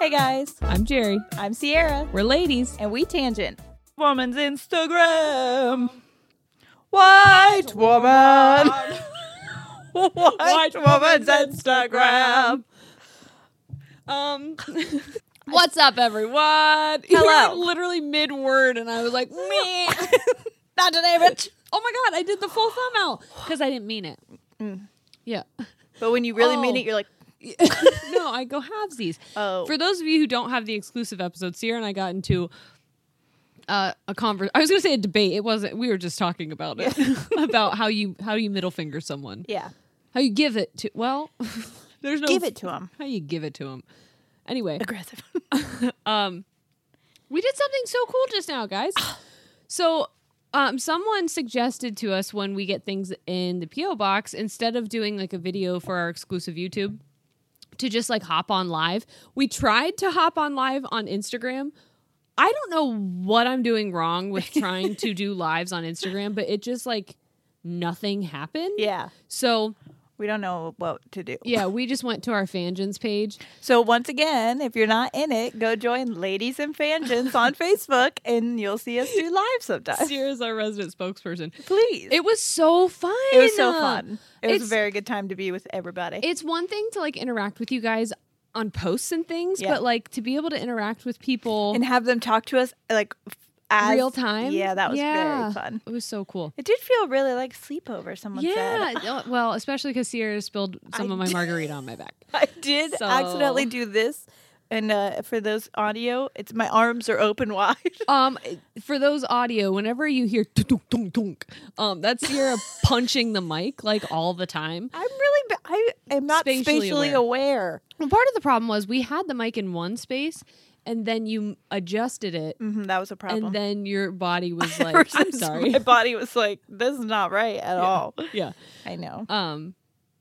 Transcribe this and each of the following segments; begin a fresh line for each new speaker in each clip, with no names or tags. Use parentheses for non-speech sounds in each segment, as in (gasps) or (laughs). Hey guys,
I'm Jerry.
I'm Sierra,
We're ladies.
and we tangent. Woman's Instagram. White (laughs) woman. White woman's Instagram.
Um,
(laughs)
what's up, everyone?
Hello.
You were literally mid word, and I was like, meh. (laughs)
Not today, bitch.
Oh my god, I did the full thumb out because I didn't mean it. Yeah.
But when you really mean
Oh.
it, you're like,
(laughs) no, I go halvesies.
Oh.
For those of you who don't have the exclusive episode, Sierra and I got into uh, a conver I was going to say a debate. It wasn't. We were just talking about it (laughs) about how you how you middle finger someone.
yeah,
How you give it to? Well, (laughs) there's no
give it to him.
How you give it to him? Anyway, (laughs) Um,
Aggressive.
We did something so cool just
(gasps)
now, guys. so, um, someone suggested to us when we get things in the PO box, instead of doing like a video for our exclusive YouTube, to just like hop on live. We tried to hop on live on Instagram. I don't know what I'm doing wrong with trying
(laughs)
to do lives on Instagram, but it just like nothing happened.
Yeah,
So,
we don't know what to do.
yeah, we just went to our Fangens page.
So once again, if you're not in it, go join Ladies and Fangens on Facebook, and you'll see us do live sometimes.
Sierra's our resident spokesperson.
Please.
It was so fun.
It was so fun. It was a
It's-
very good time to be with everybody.
it's one thing to like interact with you guys on posts and things,
Yeah.
but like to be able to interact with people
and have them talk to us like as,
real time.
Yeah, that was very
Yeah.
fun.
It was so cool.
It did feel really like sleepover. Someone
Yeah.
said.
(laughs) uh, Well, especially because Sierra spilled some
I
of my
did.
margarita on my back.
(laughs) I did
So-
accidentally do this, and uh, for those audio, it's my arms are open (laughs) wide.
Um, for those audio, whenever you hear dunk, dunk, dunk, um, that's Sierra (laughs) punching the mic like all the time.
I'm really, ba- I am not
Spatially
spatially,
aware.
aware.
And part of the problem was we had the mic in one space, and then you adjusted it,
Mhm, that was a problem.
and then your body
(laughs)
was
Ever
like, "I'm
since
sorry."
My body was like, this is not right at all.
(laughs) yeah.
I know.
Um.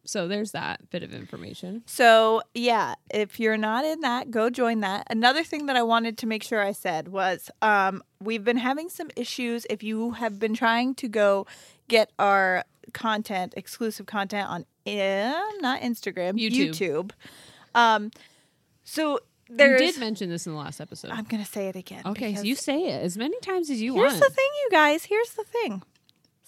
So there's that bit of information.
So, yeah, if you're not in that, go join that. Another thing that I wanted to make sure I said was um, we've been having some issues. If you have been trying to go get our content, exclusive content on, eh, not Instagram,
YouTube.
YouTube. Um, so there's.
You did mention this in the last episode.
I'm going to say it again.
okay, so
because
you say it as many times as you
Here's
want.
the thing, you guys. Here's the thing.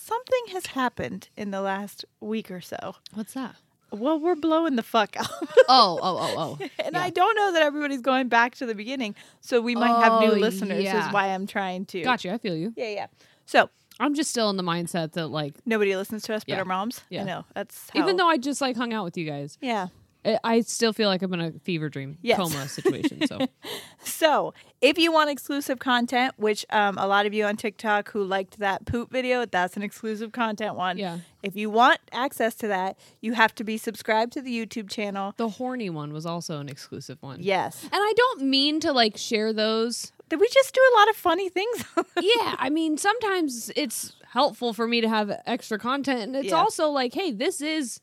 Something has happened in the last week or so.
What's that? (laughs)
Well, we're blowing the fuck up. (laughs)
Oh, oh, oh, oh.
and I don't know that everybody's going back to the beginning. So we might have
Oh,
new listeners,
yeah.
is why I'm trying to.
Got you. I feel you.
Yeah, yeah. So
I'm just still in the mindset that like,
Nobody listens to us but
Yeah.
our moms.
Yeah.
I know. That's
even
how-
though I just like hung out with you guys,
Yeah.
I, I still feel like I'm in a fever dream
Yes.
coma situation.
(laughs)
So
So, if you want exclusive content, which um, a lot of you on TikTok who liked that poop video, that's an exclusive content one.
Yeah.
If you want access to that, you have to be subscribed to the YouTube channel.
the horny one was also an exclusive one.
Yes.
And I don't mean to like share those.
Did we just do a lot of funny things? (laughs)
yeah, I mean sometimes it's helpful for me to have extra content, and it's
Yeah.
also like, hey, this is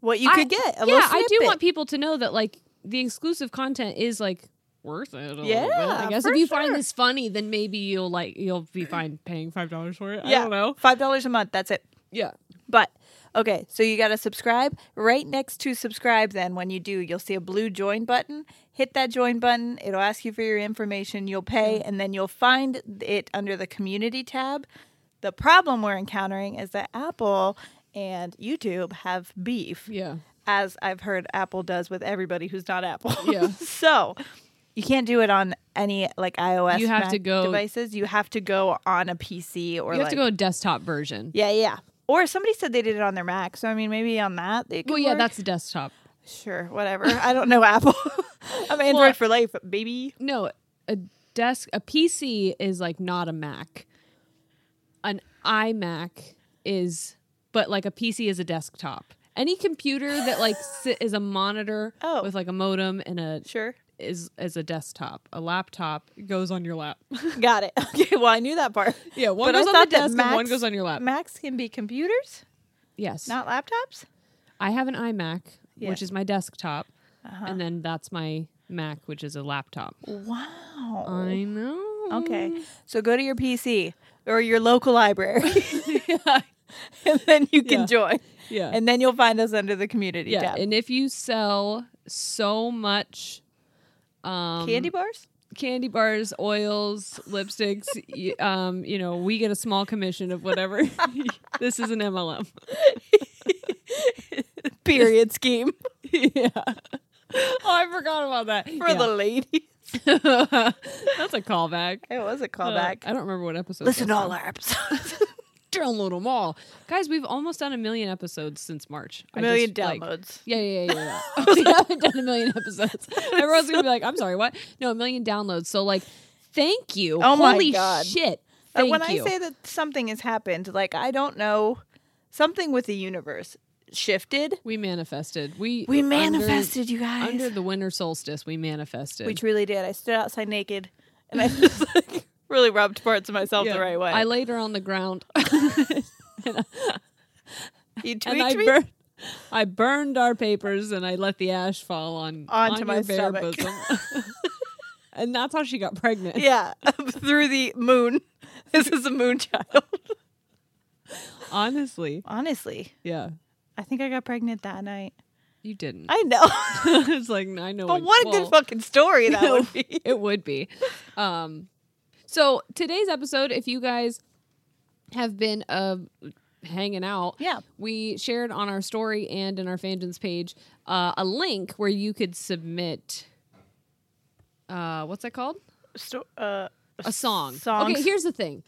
what you
I-
could get? A
yeah,
little
I do
snippet.
want people to know that like the exclusive content is like worth it. a little
Yeah,
bit. I guess
for
if you
sure.
find this funny, then maybe you'll like you'll be fine paying five dollars for it.
Yeah.
I don't know.
Five dollars a month. That's it.
Yeah,
But okay, so you got to subscribe. Right next to subscribe, then when you do, you'll see a blue join button. Hit that join button. It'll ask you for your information. You'll pay,
Mm.
and then you'll find it under the community tab. The problem we're encountering is that Apple and YouTube have beef,
yeah,
as I've heard Apple does with everybody who's not Apple.
Yeah.
(laughs) so you can't do it on any like iOS.
You have to
Mac
go-
devices. You have to go on a PC or
you have
like,
to go desktop version.
yeah, yeah. Or somebody said they did it on their Mac, so I mean, maybe on that they could.
Well, yeah,
work.
that's the desktop.
sure, whatever. I don't know (laughs) Apple. I'm Android
Well-
for life, baby.
No, a desk, a PC is like not a Mac. An iMac is, but like a PC is a desktop. Any computer
(gasps)
that like si- is a monitor
Oh.
with like a modem and a
Sure,
is is a desktop. A laptop goes on your lap. (laughs)
got it. (laughs) Okay, well, I knew that part.
Yeah, one
But I
goes on
thought
the
that
desk and one
Macs-
goes on your lap.
Macs can be computers,
yes.
not laptops.
I have an iMac,
Yeah. Uh-huh.
which is my desktop, and then that's my Mac, which is a laptop.
Wow.
I know.
okay, so go to your PC or your local
(laughs)
library, (laughs) and then you can
Yeah.
join.
Yeah.
and then you'll find us under the community
Yeah,
tab.
and if you sell so much um,
Candy bars.
(laughs) candy bars, oils, lipsticks, y- (laughs) um, you know, we get a small commission of whatever. (laughs) this is an MLM.
(laughs) Period
(laughs)
scheme
yeah. Oh, I forgot about that.
for the ladies. (laughs)
the that's a callback.
It was a
Uh,
callback.
I don't remember what episode.
Listen to
that's
all
from.
our episodes.
(laughs) download them all, guys. We've almost done a million episodes since March.
A million
just, like-
downloads.
Yeah, yeah, yeah, yeah.
(laughs)
yeah. (laughs) we haven't done a million episodes. Everyone's gonna be like, "I'm sorry, what?" No, a million downloads. So, like, thank you.
Oh my
Holy
God.
shit!
Uh,
Thank
when
you.
I say that something has happened, like I don't know, something with the universe shifted.
we manifested. We
We
under-
manifested, you guys.
under the winter solstice. We manifested.
we truly did. I stood outside naked, (laughs) and I just like really rubbed parts of myself
Yeah.
the right way.
I laid her on
(laughs)
the ground
you tweet
and I
me?
burned. I burned our papers and I let the ash fall on
Onto
on
my
your bare
stomach.
bosom.
(laughs)
and that's how she got pregnant.
yeah, (laughs) through the moon. (laughs) This is a moon child.
Honestly,
Honestly,
yeah,
I think I got pregnant that night.
you didn't.
I know,
(laughs)
(laughs)
it's like I know.
but
it-
what a
well,
good fucking story that would be.
(laughs) It would be. Um, so today's episode, if you guys have been uh, hanging out,
Yeah.
we shared on our story and in our fangens page uh, a link where you could submit. Uh, what's that called?
Sto- uh,
A song.
Songs.
Okay, here's the thing.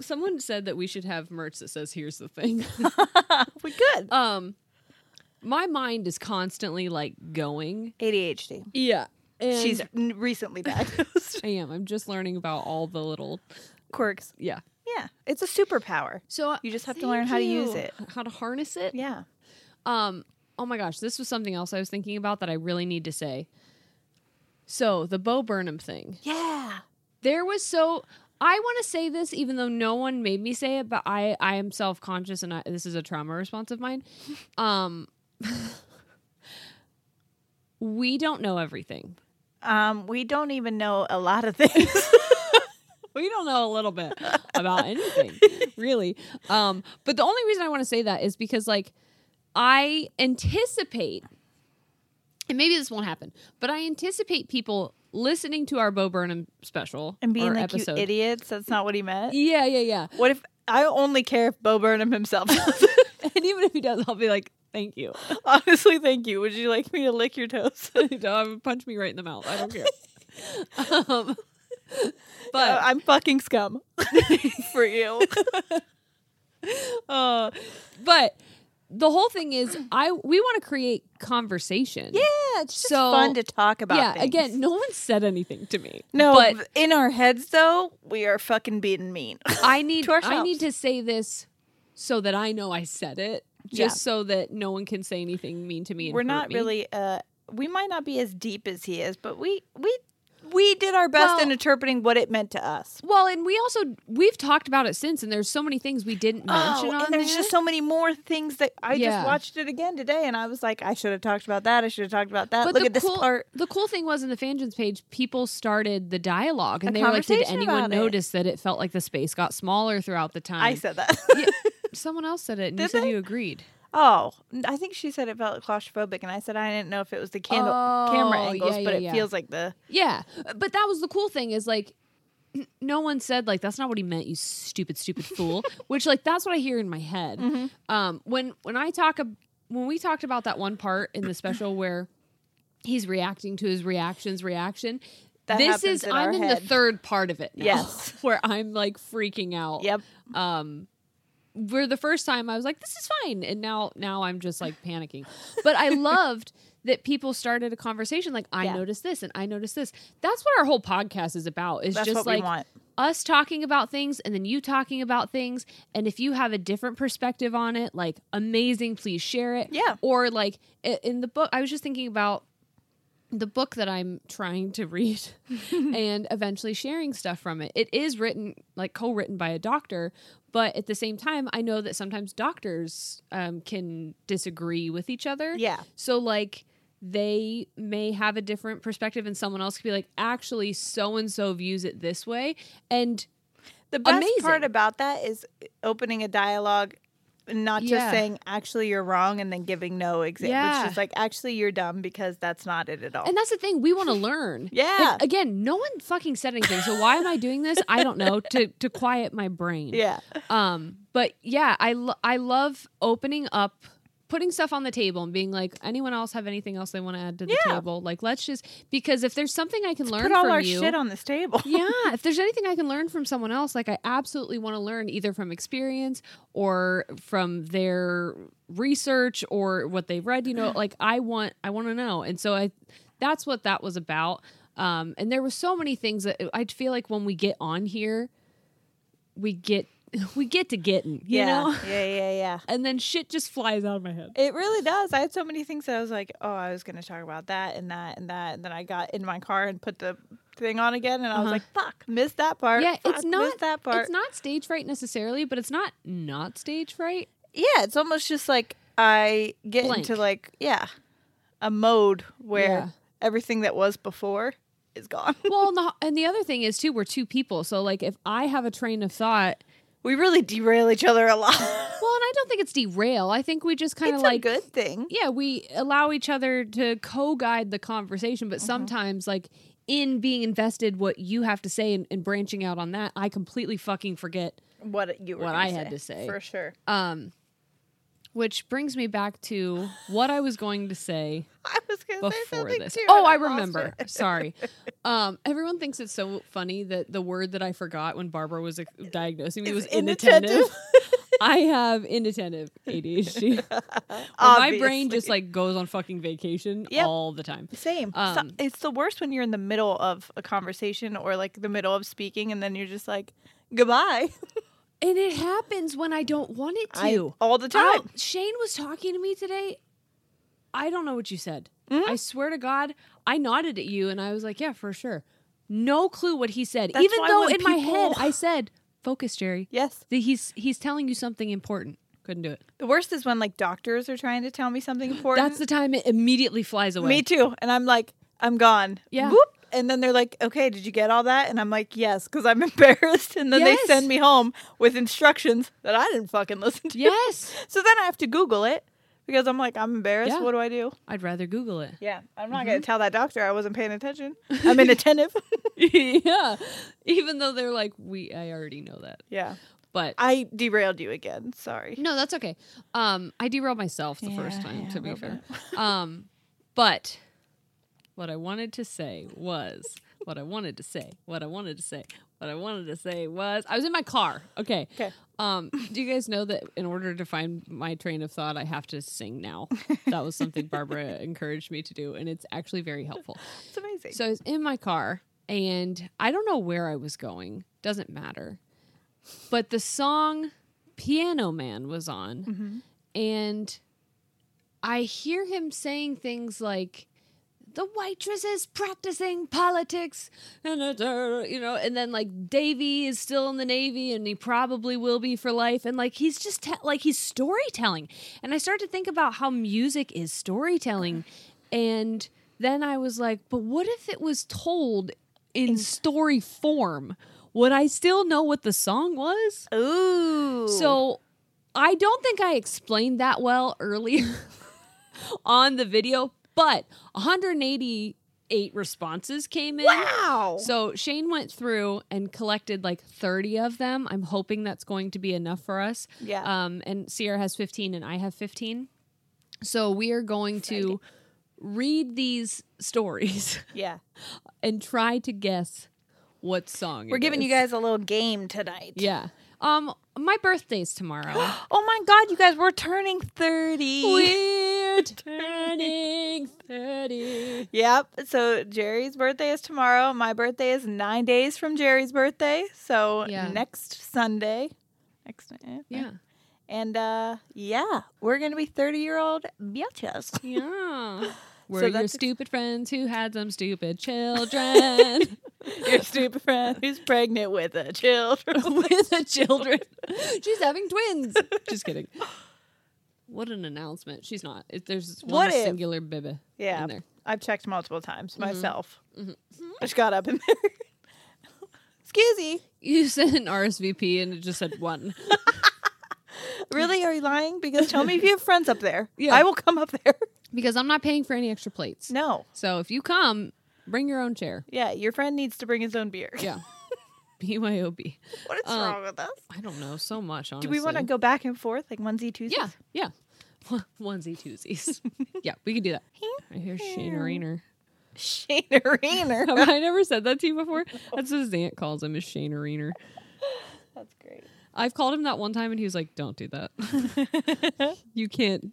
Someone said that we should have merch that says "Here's the thing."
(laughs) we could
um, my mind is constantly like going.
ADHD.
Yeah, and
She's n- recently diagnosed.
I am. I'm just learning about all the little.
(laughs) Quirks.
Yeah.
Yeah, it's a superpower.
So uh,
You just have to
thank
learn how to use
you.
it.
how to harness it.
Yeah.
Um. Oh my gosh, this was something else I was thinking about that I really need to say. So the Bo Burnham thing.
Yeah.
There was so I want to say this, even though no one made me say it, but I I am self conscious and I, this is a trauma response of (laughs) mine. Um. (laughs) we don't know everything.
Um, we don't even know a lot of (laughs) things.
we don't know a
(laughs)
little bit about anything really um but the only reason i want to say that is because like i anticipate and maybe this won't happen but i anticipate people listening to our bo burnham special
and being
or
like,
episode
you idiots, that's not what he meant.
yeah yeah yeah
What if I only care if Bo Burnham himself does?
and even if he does i'll be like thank you (laughs)
(laughs) Honestly, thank you. Would you like me to lick your toes? (laughs)
You know, punch me right in the mouth i don't care um
But
I'm fucking scum. (laughs)
for
(laughs)
you.
Uh, but the whole thing is, I we want to create conversation. Yeah,
Yeah, it's
just fun to
talk about.
yeah. Again, no one said anything to me.
no,
but
but in our heads though, we are fucking being mean. (laughs)
I need
to ourselves.
I need to say this so that I know I said it, just
Yeah.
so that no one can say anything mean to me. and
We're
hurt
not
me.
really. uh We might not be as deep as he is, but we we we did our best in
Well-
interpreting what it meant to us.
Well, and we also we've talked about it since, and there's so many things we didn't mention on
Oh, and there's
there.
just so many more things that I
Yeah.
just watched it again today, and I was like, I should have talked about that. I should have talked about that.
but
Look
the
at this
cool,
part.
The cool thing was in the fangens page, people started the dialogue, and
A
they were like, "Did
conversation
anyone
about it.
notice that it felt like the space got smaller throughout the time?"
I said that.
Someone else said it, and you
Did
said
they?
you agreed.
(laughs) Oh, n- I think she said it felt claustrophobic, and I said I didn't know if it was the candle camera
Oh,
angles,
yeah,
but
yeah,
it
yeah.
feels like the
Yeah, Uh, but that was the cool thing is like, n- no one said like that's not what he meant, you stupid, stupid
(laughs)
fool. Which like that's what I hear in my head.
Mm-hmm.
Um, when when I talk ab- when we talked about that one part in the
(clears throat)
special where he's reacting to his reactions reaction.
That
this
happens
is
in
I'm
our
in
head.
the third part of it now,
Yes.
(laughs) where I'm like freaking out.
yep.
Um, where the first time I was like, this is fine. And now, now I'm just like panicking.
(laughs)
But I loved that people started a conversation like, I
Yeah.
noticed this and I noticed this. That's what our whole podcast is about. Is
That's
just
what we
like
want.
us talking about things and then you talking about things. And if you have a different perspective on it, like amazing, please share it.
Yeah.
Or like i- in the book, I was just thinking about the book that I'm trying
(laughs)
to read and eventually sharing stuff from it. It is written, like co written by a doctor, but at the same time, I know that sometimes doctors um, can disagree with each other.
Yeah.
So, like, they may have a different perspective, and someone else could be like, actually, so and so views it this way. And
The best part
Amazing.
about that is uh, opening a dialogue, and not
Yeah.
just saying actually you're wrong and then giving no example.
Yeah.
It's just like actually you're dumb because that's not it at all.
and that's the thing
(laughs)
we want to learn.
Yeah.
Like, again, no one fucking said anything. So why am I doing this? I don't know. To to quiet my brain.
yeah,
Um, but yeah, I lo- I love opening up, putting stuff on the table and being like, anyone else have anything else they want to add to the
Yeah.
table? Like, let's just because if there's something I can learn
put all
from
our
you,
shit on this table.
yeah, if there's anything I can learn from someone else, like I absolutely want to learn either from experience or from their research or what they've read, you know, like I want I want to know. And so I that's what that was about. Um and there were so many things that uh, I feel like when we get on here, we get (laughs) we get to getting, you
yeah,
know? (laughs)
yeah, yeah, yeah.
And then shit just flies out of my head.
It really does. I had so many things that I was like, oh, I was going to talk about that and that and that. And then I got in my car and put the thing on again. And I was like, fuck, missed that part.
Uh-huh. Yeah,
Fuck,
it's not
missed that part.
It's not stage fright necessarily, but it's not not stage fright.
yeah, it's almost just like I get
Blank.
into like, yeah, a mode where
Yeah.
everything that was before is gone. (laughs)
well, and the, and the other thing is too, we're two people. So like, if I have a train of thought,
we really derail each other a
(laughs)
lot.
well, and I don't think it's derail. I think we just kind of
it's
like,
a good thing.
yeah, we allow each other to co-guide the conversation,
Mm-hmm.
but sometimes like in being invested, what you have to say and, and branching out on that, I completely fucking forget.
What you were
What
gonna
I had to say.
For sure.
Um, which brings me back to what I was going to say.
I was going to say
before
something
this.
too.
Oh,
and
I
lost
remember.
it. (laughs)
Sorry. Um, everyone thinks it's so funny that the word that I forgot when Barbara was uh, diagnosing me
Is
was
inattentive.
inattentive. (laughs) I have inattentive
(laughs)
ADHD. Where my brain just
Obviously.
like goes on fucking vacation
Yep.
all the time.
Same. So-
Um,
it's the worst when you're in the middle of a conversation or like the middle of speaking and then you're just like, goodbye. (laughs)
And it happens when I don't want it to.
I- all the
I'll-
time.
Shane was talking to me today. I don't know what you said.
Hmm?
I swear to God, I nodded at you and I was like, yeah, for sure. No clue what he said.
That's
Even
why
though
when
in my head
people-
I said, focus, Jerry.
Yes.
That he's he's telling you something important. Couldn't do it.
The worst is when like doctors are trying to tell me
(gasps)
something important.
That's the time it immediately flies away.
me too. And I'm like, I'm gone.
Yeah.
Whoop. And then they're like, okay, did you get all that? And I'm like, yes, because I'm (laughs) embarrassed. And then
Yes.
they send me home with instructions that I didn't fucking listen to. (laughs)
Yes.
So then I have to Google it because I'm like, I'm embarrassed.
Yeah. Mm-hmm.
What do I do?
I'd rather
(laughs)
Google it. (laughs)
Yeah. I'm not going to tell that doctor I wasn't paying attention. I'm
(laughs)
inattentive.
yeah. Even though they're like, we I already know that.
yeah.
But
I derailed you again. Sorry.
(laughs) No, that's okay. Um, I derailed myself the first
Yeah,
time,
yeah,
to
a
be
(laughs) little
fair. um, but what I wanted to say was what I wanted to say. What I wanted to say. What I wanted to say was I was in my car. Okay.
Okay.
Um, do you guys know that in order to find my train of thought, I have to
(laughs)
sing now? That was something Barbara encouraged me to do, and it's actually very helpful.
It's amazing.
So I was in my car and I don't know where I was going. Doesn't matter. But the song Piano Man was on. And I hear him saying things like, the waitress is practicing politics and it's, uh, you know and then like davy is still in the navy and he probably will be for life and like he's just te- like he's storytelling and i started to think about how music is storytelling and then i was like but what if it was told in story form would i still know what the song was
Ooh.
so I don't think I explained that well earlier (laughs) on the video, but 188 responses came in.
wow.
So Shane went through and collected like 30 of them. I'm hoping that's going to be enough for us.
Yeah.
Um, and Sierra has 15 and I have 15. So we are going to read these stories (laughs)
yeah.
and try to guess what song.
We're
it
giving you
is.
guys a little game tonight.
Yeah. Um, my
(gasps)
birthday's tomorrow. (gasps)
Oh my God, you guys, we're turning 30.
(laughs)
We're turning 30.
Yep. So Jerry's birthday is tomorrow. My birthday is nine days from Jerry's birthday. So
Yeah.
next Sunday. Next eh,
Yeah.
And uh yeah, we're gonna be thirty year old bitches.
(laughs) Yeah. We're your
that's ex-
stupid friends who had some stupid children
(laughs) Your stupid friend (laughs) who's pregnant with a (laughs) children.
(laughs) with the children. She's having twins. (laughs) Just kidding. What an announcement. She's not. It, there's one
What if-
singular bibba
Yeah.
in there.
I've checked multiple times myself. I just got up in there. (laughs) Excuse me.
You sent an RSVP and it just said (laughs) one.
Really? Are you lying? Because tell me if you have friends up (laughs) there.
Yeah.
I will come up there. (laughs)
Because I'm not paying for any extra plates.
No.
So if you come, bring your own chair.
Yeah, your friend needs to bring his own beer.
(laughs) Yeah. BYOB.
(laughs) What is
Um,
wrong with us?
I don't know so much, honestly.
Do we want to go back and forth like onesie twosies? (laughs)
Yeah, yeah. Onesie twosies. (laughs) yeah, we can
(laughs)
do that. I hear Shane Arena.
Shane (laughs) Arena.
Have I never said that to you before? That's what his aunt calls him is Shane Arena.
That's great.
I've called him that one time and he was like, Don't do that.
(laughs)
you can't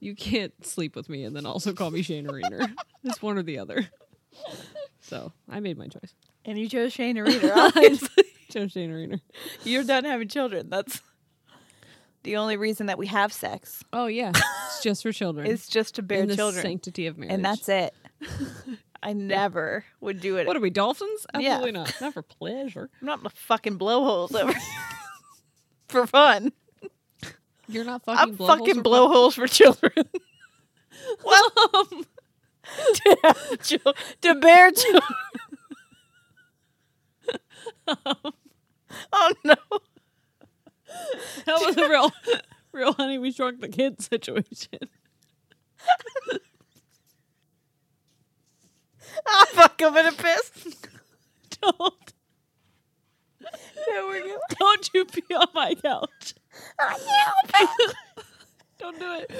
you can't sleep with me and then also call me Shane Arena.
(laughs)
it's one or the other. So I made my
(laughs)
choice.
And you chose Shane Arena. (laughs)
(laughs)
Obviously,
Joe Shane Arena.
you're done having children. That's the only reason that we have sex
Oh yeah. It's just for children.
is just to bear
in the
children,
sanctity of marriage.
and that's it. (laughs) I never would do it.
what are we, dolphins?
Yeah.
Absolutely not. Not for pleasure.
I'm not gonna fucking blowholes (laughs) over for fun.
You're not
I'm
fucking blowholes
fucking
for
blowholes for (laughs) children. well, Um, (laughs) to, have chil- to (laughs) bear children. oh no.
That was a (laughs) real, real honey. We shrunk the kid situation. (laughs)
Ah, fuck, I'm gonna piss.
Don't,
There we go.
don't you pee on my couch.
I am.
Don't do it.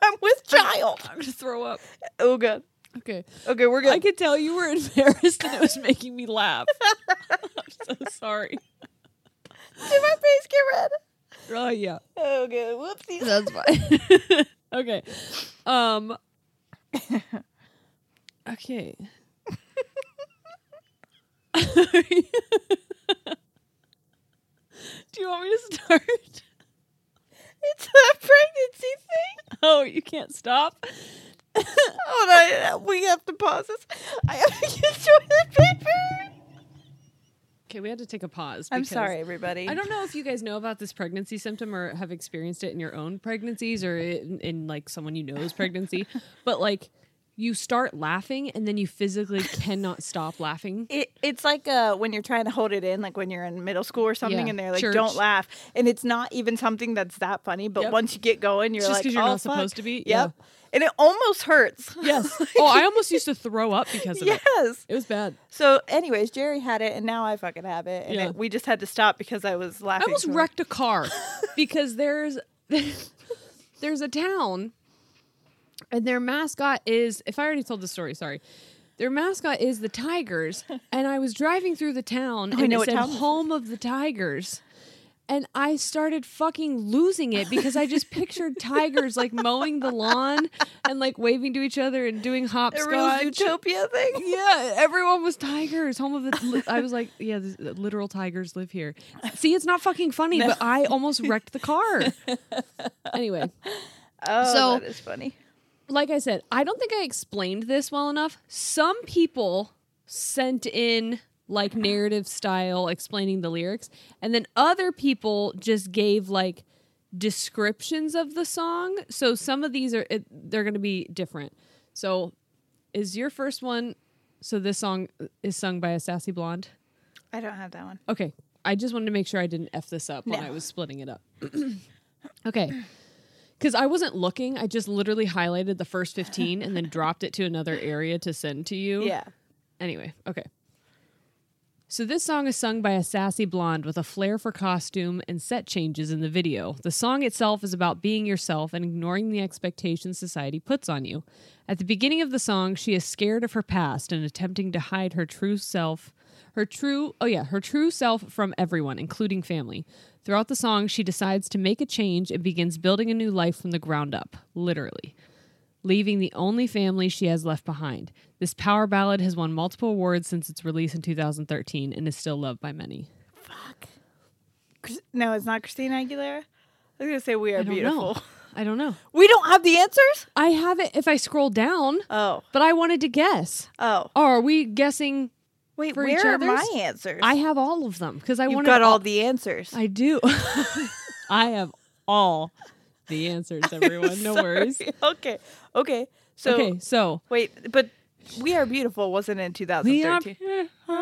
I'm with child.
I'm gonna throw up.
Oh god.
Okay.
Okay, we're
I
good.
could tell you were embarrassed and it was making me laugh. (laughs) I'm so sorry.
Did my face get red?
Oh yeah.
Oh god. Whoopsies.
That's fine. okay. Um. Okay. (laughs) Do you want me to start? (laughs)
It's that pregnancy thing.
Oh, you can't stop.
Hold on. Oh, We have to pause this. I have to get toilet paper.
Okay, we had to take a pause.
I'm
because
sorry, everybody.
I don't know if you guys know about this pregnancy symptom or have experienced it in your own pregnancies or in, in like someone you
(laughs)
know's pregnancy, but like you start laughing and then you physically cannot
(laughs)
stop laughing.
It, it's like uh, when you're trying to hold it in, like when you're in middle school or something,
Yeah,
and they're like,
church.
"Don't laugh," and it's not even something that's that funny. But
Yep.
once you get going, you're
It's just
like,
'cause you're
"Oh,
not
fuck."
supposed to be,
Yep,
yeah.
and it almost
(laughs)
hurts.
Yes. oh, I almost used to throw up because of it.
(laughs) yes.
It was bad.
So, anyways, Jerry had it, and now I fucking have it, and
Yeah.
it, we just had to stop because I was
I
laughing.
almost
so much.
wrecked a car because there's (laughs) there's a town and their mascot is if I already told the story, sorry. Their mascot is
(laughs)
the Tigers, and I was driving through the town
Oh, I
and
know
it
what
said
town this
"Home of the Tigers," and I started fucking losing it because I just pictured tigers like mowing the lawn and like waving to each other
(laughs)
and doing
The real
hopscotch.
utopia
(laughs)
thing.
Yeah, everyone was tigers. Home of the. Li- I was like, yeah, this, the literal tigers live here. See, it's not fucking funny, but I almost wrecked the car. anyway,
Oh,
So-
that is funny.
like I said, I don't think I explained this well enough. Some people sent in like narrative style explaining the lyrics, and then other people just gave like descriptions of the song. So some of these are it, they're going to be different. So is your first one so this song is sung by a sassy blonde?
I don't have that one.
Okay. I just wanted to make sure I didn't F this up when I was splitting it up. okay. Because I wasn't looking. I just literally highlighted the first 15 and then dropped it to another area to send to you.
Yeah.
Anyway, okay. So this song is sung by a sassy blonde with a flair for costume and set changes in the video. The song itself is about being yourself and ignoring the expectations society puts on you. At the beginning of the song, she is scared of her past and attempting to hide her true self, her true, oh yeah, her true self from everyone, including family. Throughout the song, she decides to make a change and begins building a new life from the ground up, literally leaving the only family she has left behind. This power ballad has won multiple awards since its release in 2013 and is still loved by many.
Chris- No, it's not Christina Aguilera. I was gonna say we are
I don't
beautiful. (laughs)
know. I don't know.
We don't have the answers.
I have it if I scroll down,
Oh,
but I wanted to guess.
oh.
Oh, are we guessing?
Wait,
For each
where are my
other's?
answers?
I have all of them because I
You've
wanted
got all the answers.
I do. I have all
(laughs)
the answers, everyone. No
Sorry.
worries.
(laughs) Okay, okay. So
okay, so
wait, but we are beautiful wasn't in 2013.
(laughs)
so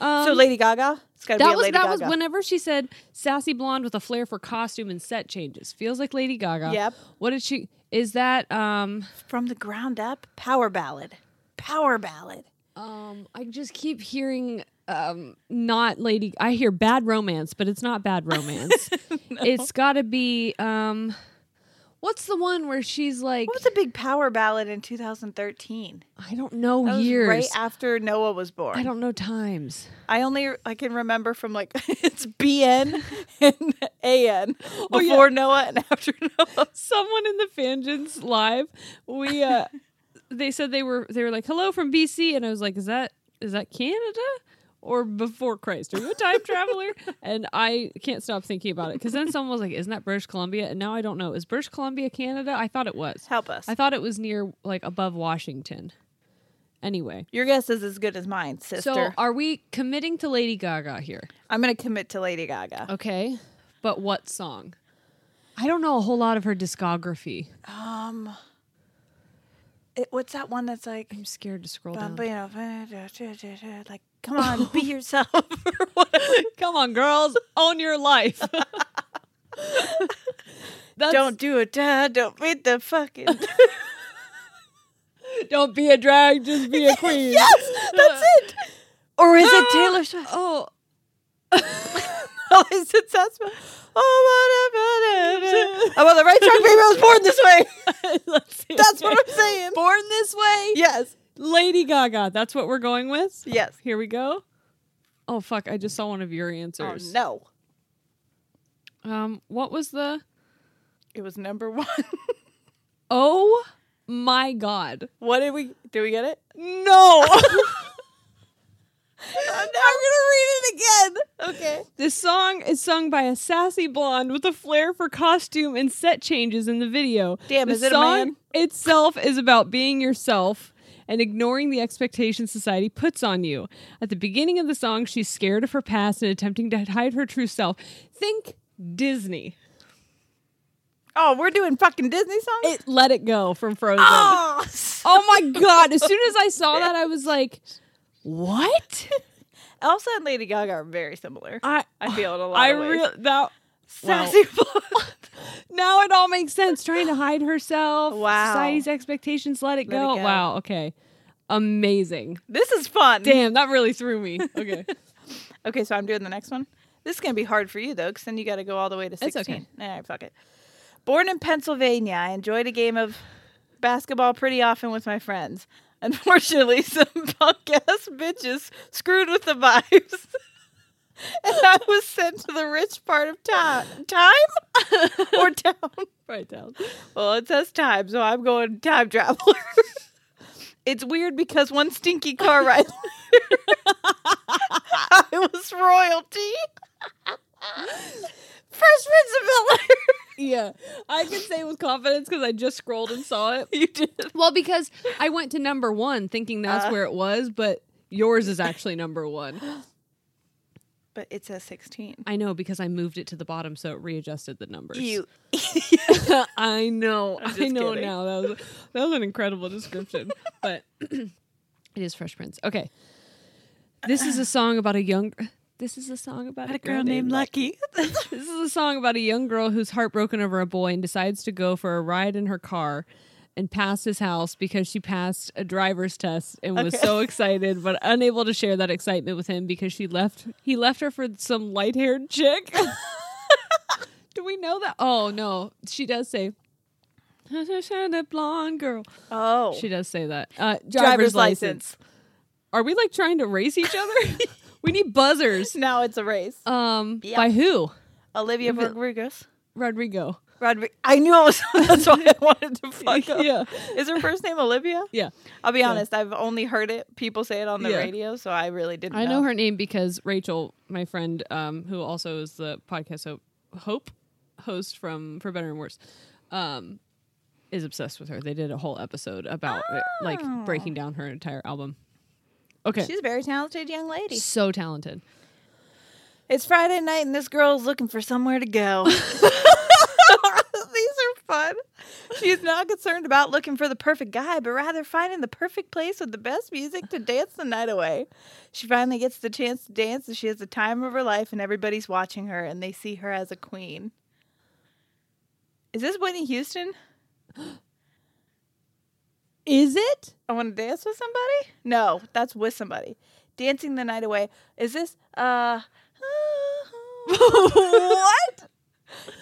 um,
Lady Gaga. It's gotta be
That
a
was
Lady
that
Gaga.
was whenever she said sassy blonde with a flair for costume and set changes. Feels like Lady Gaga.
Yep.
What did she is that um
from the ground up. Power ballad. Power ballad.
um I just keep hearing um not Lady I hear bad romance, but it's not bad (laughs) romance. It's gotta be um what's the one where she's like
What was a big power ballad in 2013?
I don't know
That was
years.
right after Noah was born.
I don't know times.
I only I can remember from like (laughs) it's BN (laughs) and AN before
yeah.
Noah and (laughs) after Noah.
someone in the Fangins live, we uh (laughs) they said they were they were like, Hello from BC and I was like, Is that is that Canada? Or before Christ? Are you a time (laughs) traveler? and I can't stop thinking about it. Because then someone was like, Isn't that British Columbia? And now I don't know. Is British Columbia Canada? I thought it was.
Help us.
I thought it was near like above Washington. Anyway.
Your guess is as good as mine, sister.
So are we committing to Lady Gaga here?
I'm gonna commit to Lady Gaga.
Okay. But what song? I don't know a whole lot of her discography.
Um, it, what's that one that's like?
I'm scared to scroll down.
bum, you know, (laughs) Like, come on, be yourself. or whatever.
(laughs) Come on, girls, own your life. (laughs) That's,
don't do it. uh, don't be the (laughs) fucking.
don't be a drag, just be a queen. yes,
that's it. Or is (gasps) it Taylor Swift?
Oh,
Oh, (laughs) is it Sasma? Oh, (laughs) whatever. I'm on the right track, baby. I was born this way. (laughs)
let's see.
That's what I'm saying.
Born this way,
Yes.
Lady Gaga. That's what we're going with.
Yes.
Here we go. Oh fuck! I just saw one of your answers.
Oh, no.
Um, what was the?
It was number one. (laughs)
Oh my god!
what did we? Did we get it?
No.
(laughs) I'm gonna read it again. Okay.
This song is sung by a sassy blonde with a flair for costume and set changes in the video.
Damn,
the
is it a
song
man?
itself is about being yourself and ignoring the expectations society puts on you. At the beginning of the song, she's scared of her past and attempting to hide her true self. Think Disney.
Oh, we're doing fucking Disney songs.
It let it go from Frozen.
(laughs) oh,
Oh my god! As soon as I saw that, I was like, "What?"
Elsa and Lady Gaga are very similar.
I
I feel it a lot.
I
of ways.
real that (laughs)
sassy. blonde.
Now it all makes sense. Trying to hide herself.
Wow.
Society's expectations. Let it,
Let it
go.
go.
Wow. Okay. Amazing.
this is fun.
Damn, that really threw
(laughs)
me. Okay.
Okay, so I'm doing the next one. This is gonna be hard for you though, because then you got to go all the way to
It's
sixteen.
okay.
All right, fuck it. Born in Pennsylvania, I enjoyed a game of basketball pretty often with my friends. (laughs) Unfortunately, some punk ass bitches screwed with the vibes. (laughs) And I was sent to the rich part of time, time (laughs) or town.
Right down.
Well, it says time, so I'm going time traveler. (laughs) it's weird because one stinky car ride, later, (laughs) I was royalty. (laughs) First Prince of Bel
Yeah, I can say with confidence because I just scrolled and saw it.
(laughs) You did. Uh.
Well, because I went to number one thinking that's where it was, but yours is actually number one.
But it says 16.
I know because I moved it to the bottom, so it readjusted the numbers.
You.
I know.
I'm
I
just
know
kidding.
now. That was that was an incredible description, but (clears throat) it is Fresh Prince. Okay, this is a song about a young. This is a song about a girl named
Lucky.
This is a song about a young girl who's heartbroken over a boy and decides to go for a ride in her car and pass his house because she passed a driver's test and was
(laughs)
so excited but unable to share that excitement with him because she left he left her for some
(laughs)
light-haired chick. Do we know that? Oh no, she does say a blonde girl.
(laughs) Oh.
She does say that. Uh, driver's,
driver's
license.
license.
Are we like trying to race each other?
(laughs)
we need buzzers.
Now it's a race.
Um, by who?
Olivia Rodriguez. (laughs)
Rodrigo.
Rodri- I knew it was. (laughs) That's why I wanted to fuck up.
yeah.
Is her first name Olivia?
Yeah.
I'll be honest. I've only heard it. People say it on the
Yeah.
radio, so I really didn't.
I know her name because Rachel, my friend, um, who also is the podcast Hope, Hope host from For Better and Worse, um, is obsessed with her. They did a whole episode about it, like breaking down her entire album. Okay,
Oh. She's a very talented young lady.
so talented.
It's Friday night, and this girl's looking for somewhere to go. (laughs) These are fun. She's not concerned about looking for the perfect guy, but rather finding the perfect place with the best music to dance the night away. She finally gets the chance to dance, and she has the time of her life, and everybody's watching her, and they see her as a queen. Is this Whitney Houston?
Is it?
I want to dance with somebody? No, that's with somebody. Dancing the night away. Is this
(laughs)
uh what?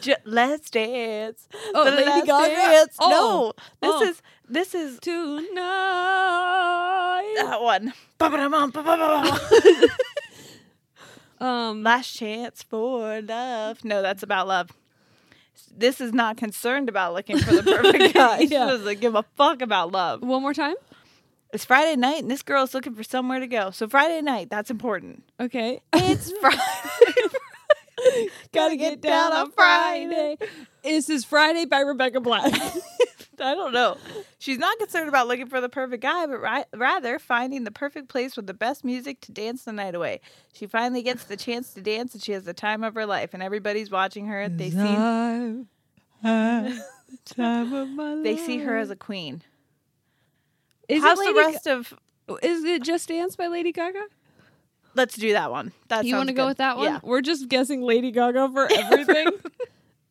J- let's dance.
Oh,
The
Lady
last
Gaga?
dance.
Oh,
No, this
oh.
is this is
Tonight.
that one. Ba-ba-da-bum, ba-ba-ba-ba. (laughs)
Um,
Last chance for love. No, that's about love. This is not concerned about looking for the perfect guy. She
Yeah.
doesn't give a fuck about love.
one more time.
It's Friday night, and this girl's looking for somewhere to go. So Friday night, that's important. (laughs)
Okay. (laughs)
It's Friday. Gotta get down on Friday.
This is Friday by Rebecca Black. (laughs)
I don't know. She's not concerned about looking for the perfect guy, but ri- rather finding the perfect place with the best music to dance the night away. She finally gets the chance to dance, and she has the time of her life. And everybody's watching her. They see
(laughs) time, time of my
they see her as a queen.
Mm. Is
How's
it
the
Lady
rest of?
Ga- is it Just Dance by Lady Gaga?
Let's do that one. That
you
want to
go with that one?
Yeah.
We're just guessing Lady Gaga
(laughs)
for everything.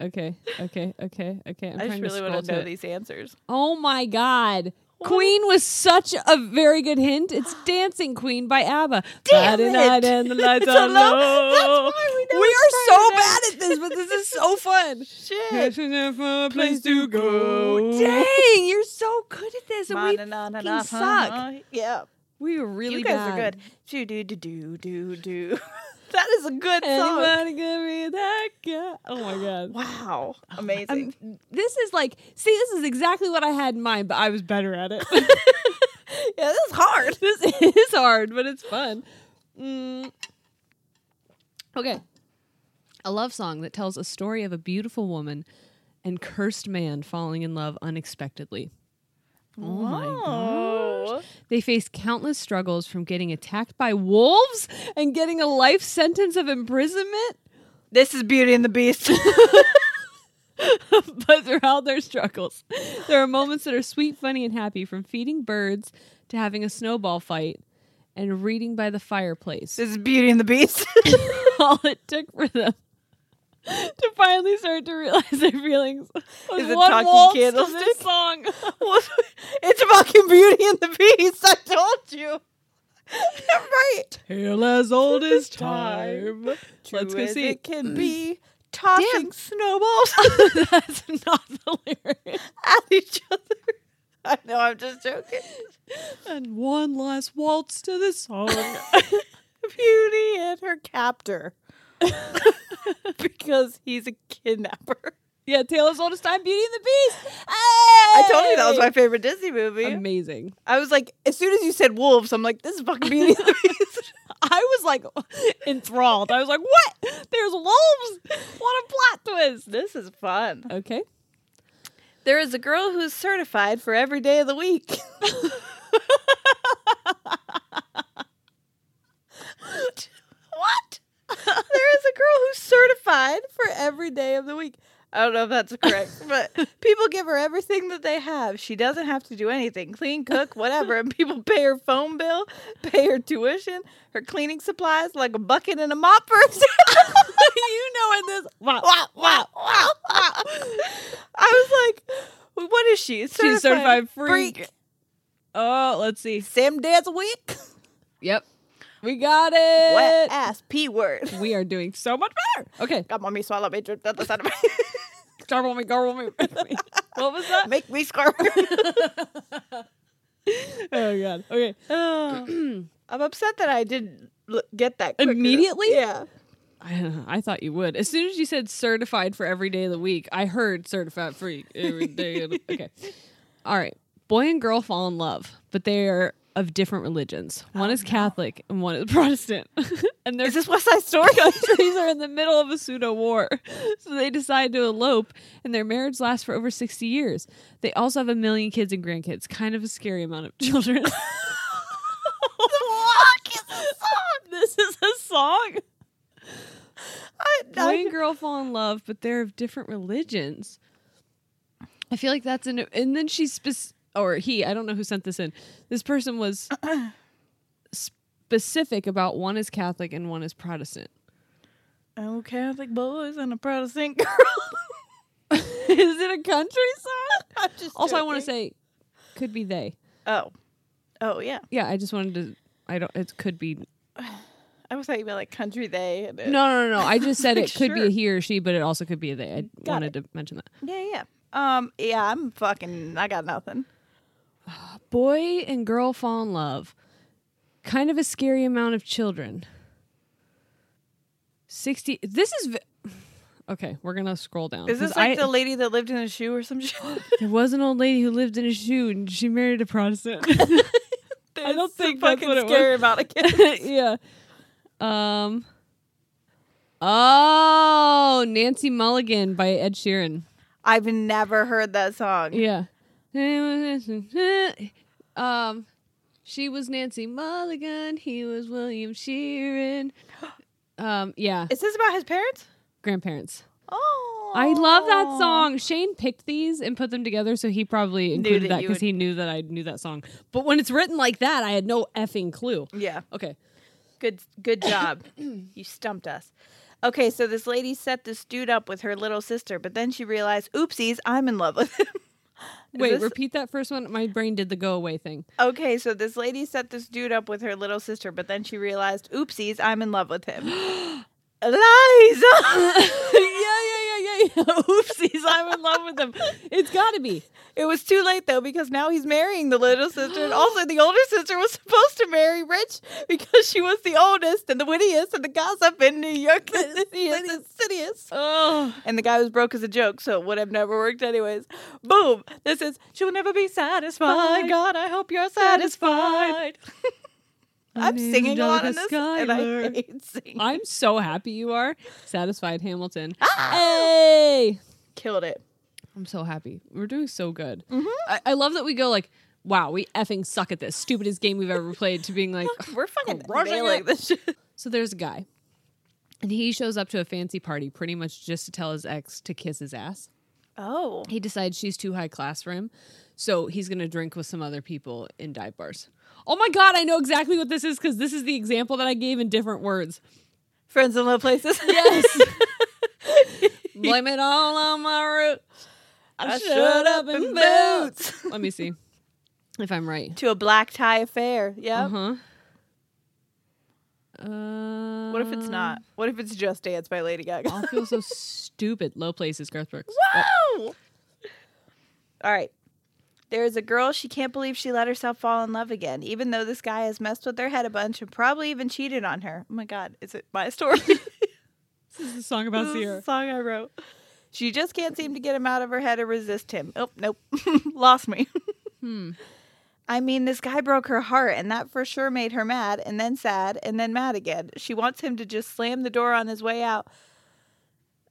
okay, okay, okay, okay. I'm
I just really
trying to scroll
want to know
it.
these
(laughs)
answers.
Oh my God. Queen was such a very good
(gasps)
hint. It's Dancing Queen by ABBA.
Damn
Friday
it.
night and the lights
(laughs) It's a
are
low-
low.
that's why Oh, we know
we are
it's
so
Friday
bad at this, but this
(laughs)
is so fun. (laughs)
Shit.
a place
to go.
Dang, you're so good at this, and we
Ma-na-na-na-na,
fucking suck.
huh? Yeah.
We were really
you guys
bad.
are good. Do do do do do do. (laughs) That is a good song.
Anybody give me that guy? Oh my god.
Wow,
Oh
amazing.
This is like, see, this is exactly what I had in mind, but I was better at (laughs) it.
yeah, this is hard.
(laughs) this is hard, but it's fun. Mm. Okay. A love song that tells a story of a beautiful woman and cursed man falling in love unexpectedly. Oh my
Oh,
They face countless struggles from getting attacked by wolves and getting a life sentence of imprisonment.
this is Beauty and the Beast. (laughs)
(laughs) but throughout their struggles, there are moments that are sweet, funny, and happy from feeding birds to having a snowball fight and reading by the fireplace.
this is Beauty and the Beast.
(laughs)
(laughs)
all it took for them to finally start to realize their feelings was
Is it
one
talking
waltz to
candlestick?
this
(laughs)
song.
it's fucking Beauty and the Beast. I told you. (laughs) right.
Hail as old as
time.
Let's
True
go
as
see.
It can be tossing Mm. snowballs (laughs)
(laughs) That's not the lyric.
at each other. I know. I'm just joking.
And one last waltz to this song.
Beauty and her
(laughs)
captor. because he's a kidnapper.
(laughs) yeah, Taylor's oldest time, Beauty and the Beast.
I told you that was my favorite Disney movie.
Amazing.
I was like, as soon as you said wolves, I'm like, this is fucking Beauty and
(laughs)
the Beast.
I was like enthralled. I was like, what? There's wolves. What a plot twist.
this is fun.
Okay.
There is a girl who's certified for every day of the week. (laughs) what? there is a girl who's certified for every day of the week. I don't know if that's correct,
(laughs)
but people give her everything that they have. She doesn't have to do anything clean, cook, whatever. And people pay her phone bill, pay her tuition, her cleaning supplies like a bucket and a mop (laughs) first.
you know in (laughs) this
wow, wow, wow, wow, wow. I was like, what is she?
She's certified freak. Oh, let's see.
Sam days a week.
Yep. We got it.
ass P (laughs) word.
We are doing so much better. Okay.
God, mommy, swallow me, drip down the
(laughs)
side of
Garble me, garble me. (laughs) what was
my
that?
Make me scar. (laughs)
Oh god. (sighs) Okay. Oh.
I'm upset that I didn't l- get that quicker.
Immediately?
Yeah.
I, (laughs) I thought you would. As soon as you said certified for every day of the week, I heard certified free every day. Of the, okay. (laughs) All right. Boy and girl fall in love, but they are of different religions. One
Oh,
is Catholic and one is (laughs) Protestant. and their
Is this West Side (laughs)
(laughs)
Story?
countries are in the middle of a pseudo war. So they decide to elope, and their marriage lasts for over 60 years. They also have a million kids and grandkids. Kind of a scary amount of children. (laughs) This is a song.
I,
boy and girl fall in love, but they're of different religions. I feel like that's an and then she's spec- or he, I don't know who sent this in. This person was specific about one is Catholic and one is Protestant.
oh, Catholic boys and a Protestant girl.
(laughs) is it a country song?
(laughs) I'm just
Also, I want to
joking.
say could be they.
Oh. Oh, yeah.
Yeah, I just wanted to I don't it could be
I was talking about like country they. And
No, no, no. no. I just (laughs) said it could be
Sure.
a he or she, but it also could be a they. I wanted to mention that.
Yeah, yeah. Um, yeah, I'm fucking, I got nothing.
boy and girl fall in love. Kind of a scary amount of children. 60. This is. v- Okay, we're going to scroll down.
Is
'cause
this like
I-
the lady that lived in a shoe or some (laughs)
(laughs)
shit?
There was an old lady who lived in a shoe and she married a Protestant. I don't think that's
fucking
what it
scary about a kid.
was. (laughs) yeah. Um. Oh, Nancy Mulligan by Ed Sheeran.
I've never heard that song.
Yeah. Um, she was Nancy Mulligan. He was William Sheeran. Um, yeah,
Is this about his parents?
grandparents.
Oh,
I love that song. Shane picked these and put them together, so he probably included
that
that
you
because
would-
he knew that I knew that song. But when it's written like that, I had no effing clue.
Yeah,
Okay.
good, good job. you stumped us. Okay, so this lady set this dude up with her little sister, but then she realized, oopsies, I'm in love with him. (laughs) Is
Wait,
this-
repeat that first one. My brain did the go away thing.
okay, so this lady set this dude up with her little sister, but then she realized, oopsies, I'm in love with him. Eliza! (laughs)
yeah, yeah, yeah, yeah, yeah. Oopsies, I'm in love with them. It's got to be.
It was too late though because now he's marrying the little sister, and also the older sister was supposed to marry Rich because she was the oldest and the wittiest and the gossip in New (laughs) York and the wittiest and citiest.
Oh.
And the guy was broke as a joke, so it would have never worked anyways. Boom! This is she'll never be satisfied.
Fine.
Oh God, I hope you're satisfied. I'm
name's
singing a lot in this,
Angelica
and I
Schuyler.
hate singing.
I'm so happy you are satisfied, Hamilton. Hey,
killed it.
Ah! I'm so happy. We're doing so good. I-, I love that we go like, wow, we effing suck at this stupidest game we've ever played. To being (laughs) like,
We're fucking
Crushing
nailing
it.
this shit.
so there's a guy, and he shows up to a fancy party pretty much just to tell his ex to kiss his ass.
Oh,
He decides she's too high class for him, so he's gonna drink with some other people in dive bars. Oh my god, I know exactly what this is because this is the example that I gave in different words.
friends in low (laughs) places.
(laughs) Yes. Blame it all on my roots. I, showed
showed
up
up
in
in
boots. Let me see if I'm right.
to a black tie affair. Yeah.
Uh huh. Uh,
What if it's not? What if it's just Dance by Lady Gaga?
I feel so
(laughs)
stupid. Low places, Garth Brooks.
Wow. All right. There is a girl she can't believe she let herself fall in love again, even though this guy has messed with their head a bunch and probably even cheated on her. Oh my God, is it my story? (laughs)
This is a song
This
about
is a
Sierra.
song I wrote. She just can't seem to get him out of her head or resist him. Oh, nope. (laughs) Lost me.
Hmm.
I mean, this guy broke her heart, and that for sure made her mad, and then sad, and then mad again. She wants him to just slam the door on his way out.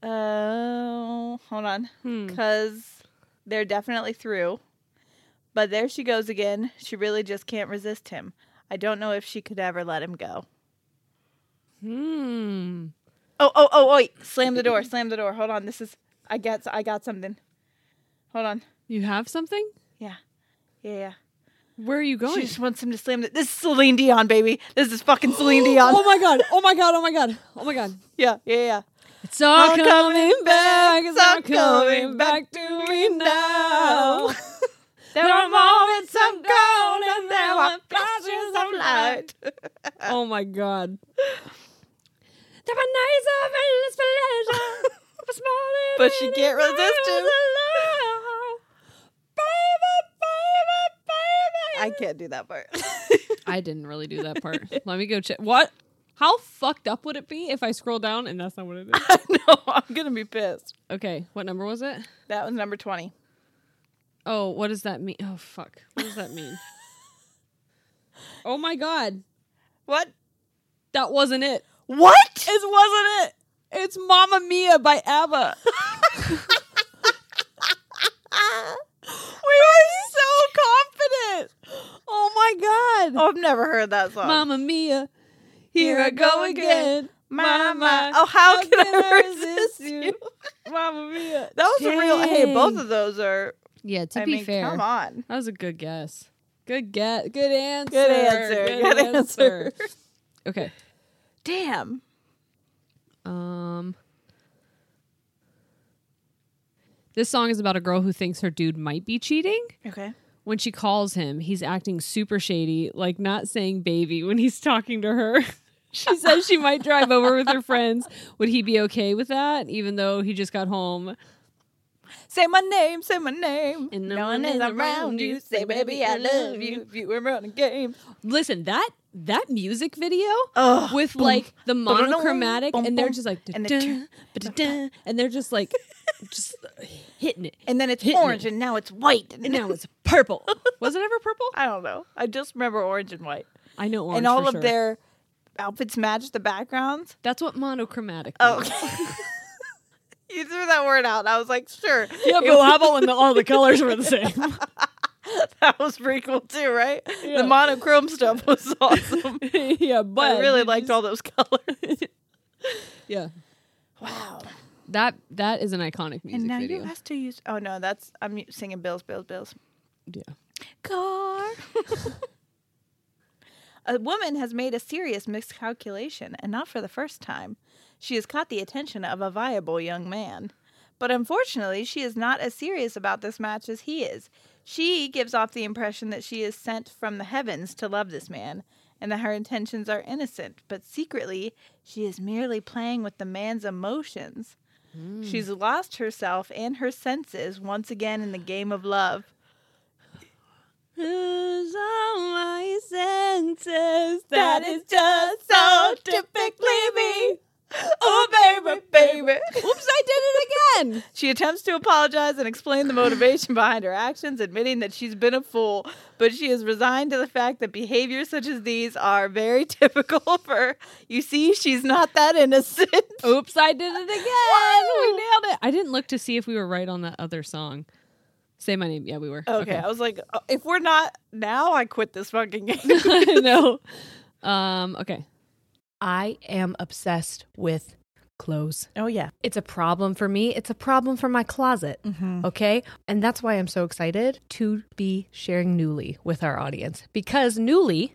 Oh, hold on.
Hmm.
Because they're definitely through. But there she goes again. She really just can't resist him. I don't know if she could ever let him go.
Hmm.
Oh, oh, oh, wait. Slam the door. Slam the door. Hold on. This is. I got, I got something. Hold on.
You have something?
Yeah. Yeah, yeah.
Where are you
She
going?
just wants him to slam the. This is Celine Dion, baby. This is fucking (gasps) Celine Dion.
(laughs) Oh my god! Oh my god! Oh my god! Oh my god!
Yeah, yeah, yeah.
It's all
All
coming,
coming
back. It's all
coming
coming back to me now.
There are moments of gold and there are flashes of light.
oh my god. There were nights of endless pleasure. It was more than
But she can't
anything
resist
was
him.
allowed.
I can't do that part. (laughs)
I didn't really do that part. Let me go check. What? How fucked up would it be if I scroll down and that's not what it is? (laughs)
no, I'm gonna be pissed.
Okay, what number was it?
That was number twenty.
Oh, what does that mean? Oh fuck. What does that (laughs) mean? oh my god.
What?
That wasn't it.
What?
It wasn't it. It's Mamma Mia by ABBA. (laughs)
We were so confident.
Oh my god.
Oh, I've never heard that song.
Mamma Mia. Here I go again.
Mama. Oh, how can I (laughs) resist you?
Mamma Mia.
That was a real. Hey, both
Dang.
of those are.
Yeah, to
I
be
mean,
fair.
come on.
That was a good guess. Good guess. Good answer.
Good answer. Good answer.
(laughs)
(laughs)
okay.
Damn.
Um This song is about a girl who thinks her dude might be cheating.
Okay.
When she calls him, he's acting super shady, like not saying baby when he's talking to her. (laughs) she says she might drive over with her friends. Would he be okay with that, even though he just got home?
Say my name, say my name.
And
no one is around you. Say, baby, I love you. If you were running game.
Listen, that that music video
Oh,
with like the
boom,
monochromatic,
boom,
and they're
boom.
just like,
And
and,
the
dun,
turn-
ba-da-dun, and they're just like, just hitting it.
And then it's
Hitting
orange,
it.
and now it's white.
And now it's purple. Was it ever purple?
(laughs) I don't know. I just remember orange and white.
I know orange.
and all
for
of
sure.
their outfits match the backgrounds.
That's what monochromatic.
Oh.
means.
you threw that word out. I was like, (laughs) sure.
yeah, but how about when the,
(laughs)
all the colors were the same?
That was pretty cool too, right?
Yeah.
The monochrome stuff (laughs) was awesome.
(laughs) yeah, but
I really
did
liked
you
all those (laughs) colors.
s- Yeah,
wow.
that that is an iconic music
And now
video.
you asked to use. Oh no, that's I'm u- singing Bills, Bills, Bills.
yeah. (laughs)
Car. a woman has made a serious miscalculation, and not for the first time. She has caught the attention of a viable young man. But unfortunately, she is not as serious about this match as he is. She gives off the impression that she is sent from the heavens to love this man, and that her intentions are innocent, but secretly, she is merely playing with the man's emotions. She's lost herself and her senses once again in the game of love.
Lose all my senses.
That is just so typically me. Oh, baby, baby.
Oops, I
(laughs)
did it again.
She attempts to apologize and explain the motivation behind her actions, admitting that she's been a fool, but she is resigned to the fact that behaviors such as these are very (laughs) typical of her. You see, she's not that innocent.
Oops, I did it again. we nailed it. I didn't look to see if we were right on that other song. Say my name. Yeah, we were.
Okay, I was like, oh, if we're not now, I quit this fucking (laughs) game.
(laughs) no. Um, okay.
I am obsessed with clothes.
Oh, yeah.
It's a problem for me. It's a problem for my closet. Okay. And that's why I'm so excited to be sharing Newly with our audience because Newly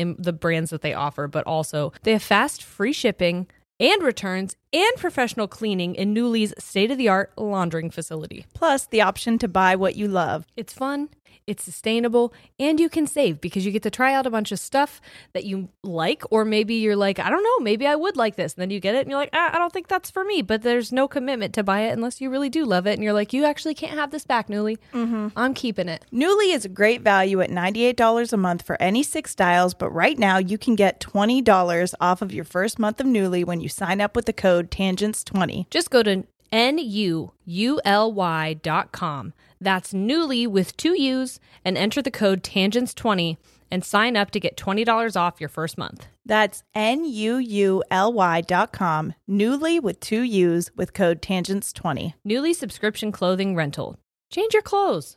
in the brands that they offer, but also they have fast, free shipping and returns and professional cleaning in Newly's state of the art laundering facility.
Plus, the option to buy what you love.
It's fun, it's sustainable, and you can save because you get to try out a bunch of stuff that you like, or maybe you're like, I don't know, maybe I would like this. And then you get it and you're like, ah, I don't think that's for me, but there's no commitment to buy it unless you really do love it. And you're like, you actually can't have this back, Newly. I'm keeping it.
Newly is a great value at $98 a month for any six styles, but right now you can get $20 off of your first month of Newly when you sign up with the code TANGENTS20.
Just go to N-U-U-L-Y dot com. That's Newly with two U's and enter the code TANGENTS20 and sign up to get $20 off your first month.
That's N U U L Y dot com, Newly with two U's with code TANGENTS20.
Newly subscription clothing rental. Change your clothes.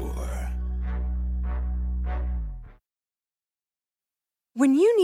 When you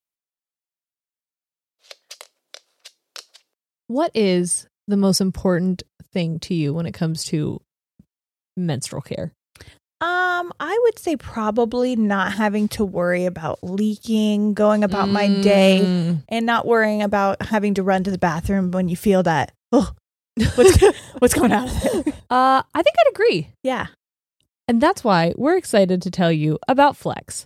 What is the most important thing to you when it comes to menstrual care?
Um, I would say probably not having to worry about leaking, going about my day,
Mm.
and not worrying about having to run to the bathroom when you feel that. Oh, what's what's going out of there?
Uh, I think I'd agree.
Yeah.
And that's why we're excited to tell you about Flex.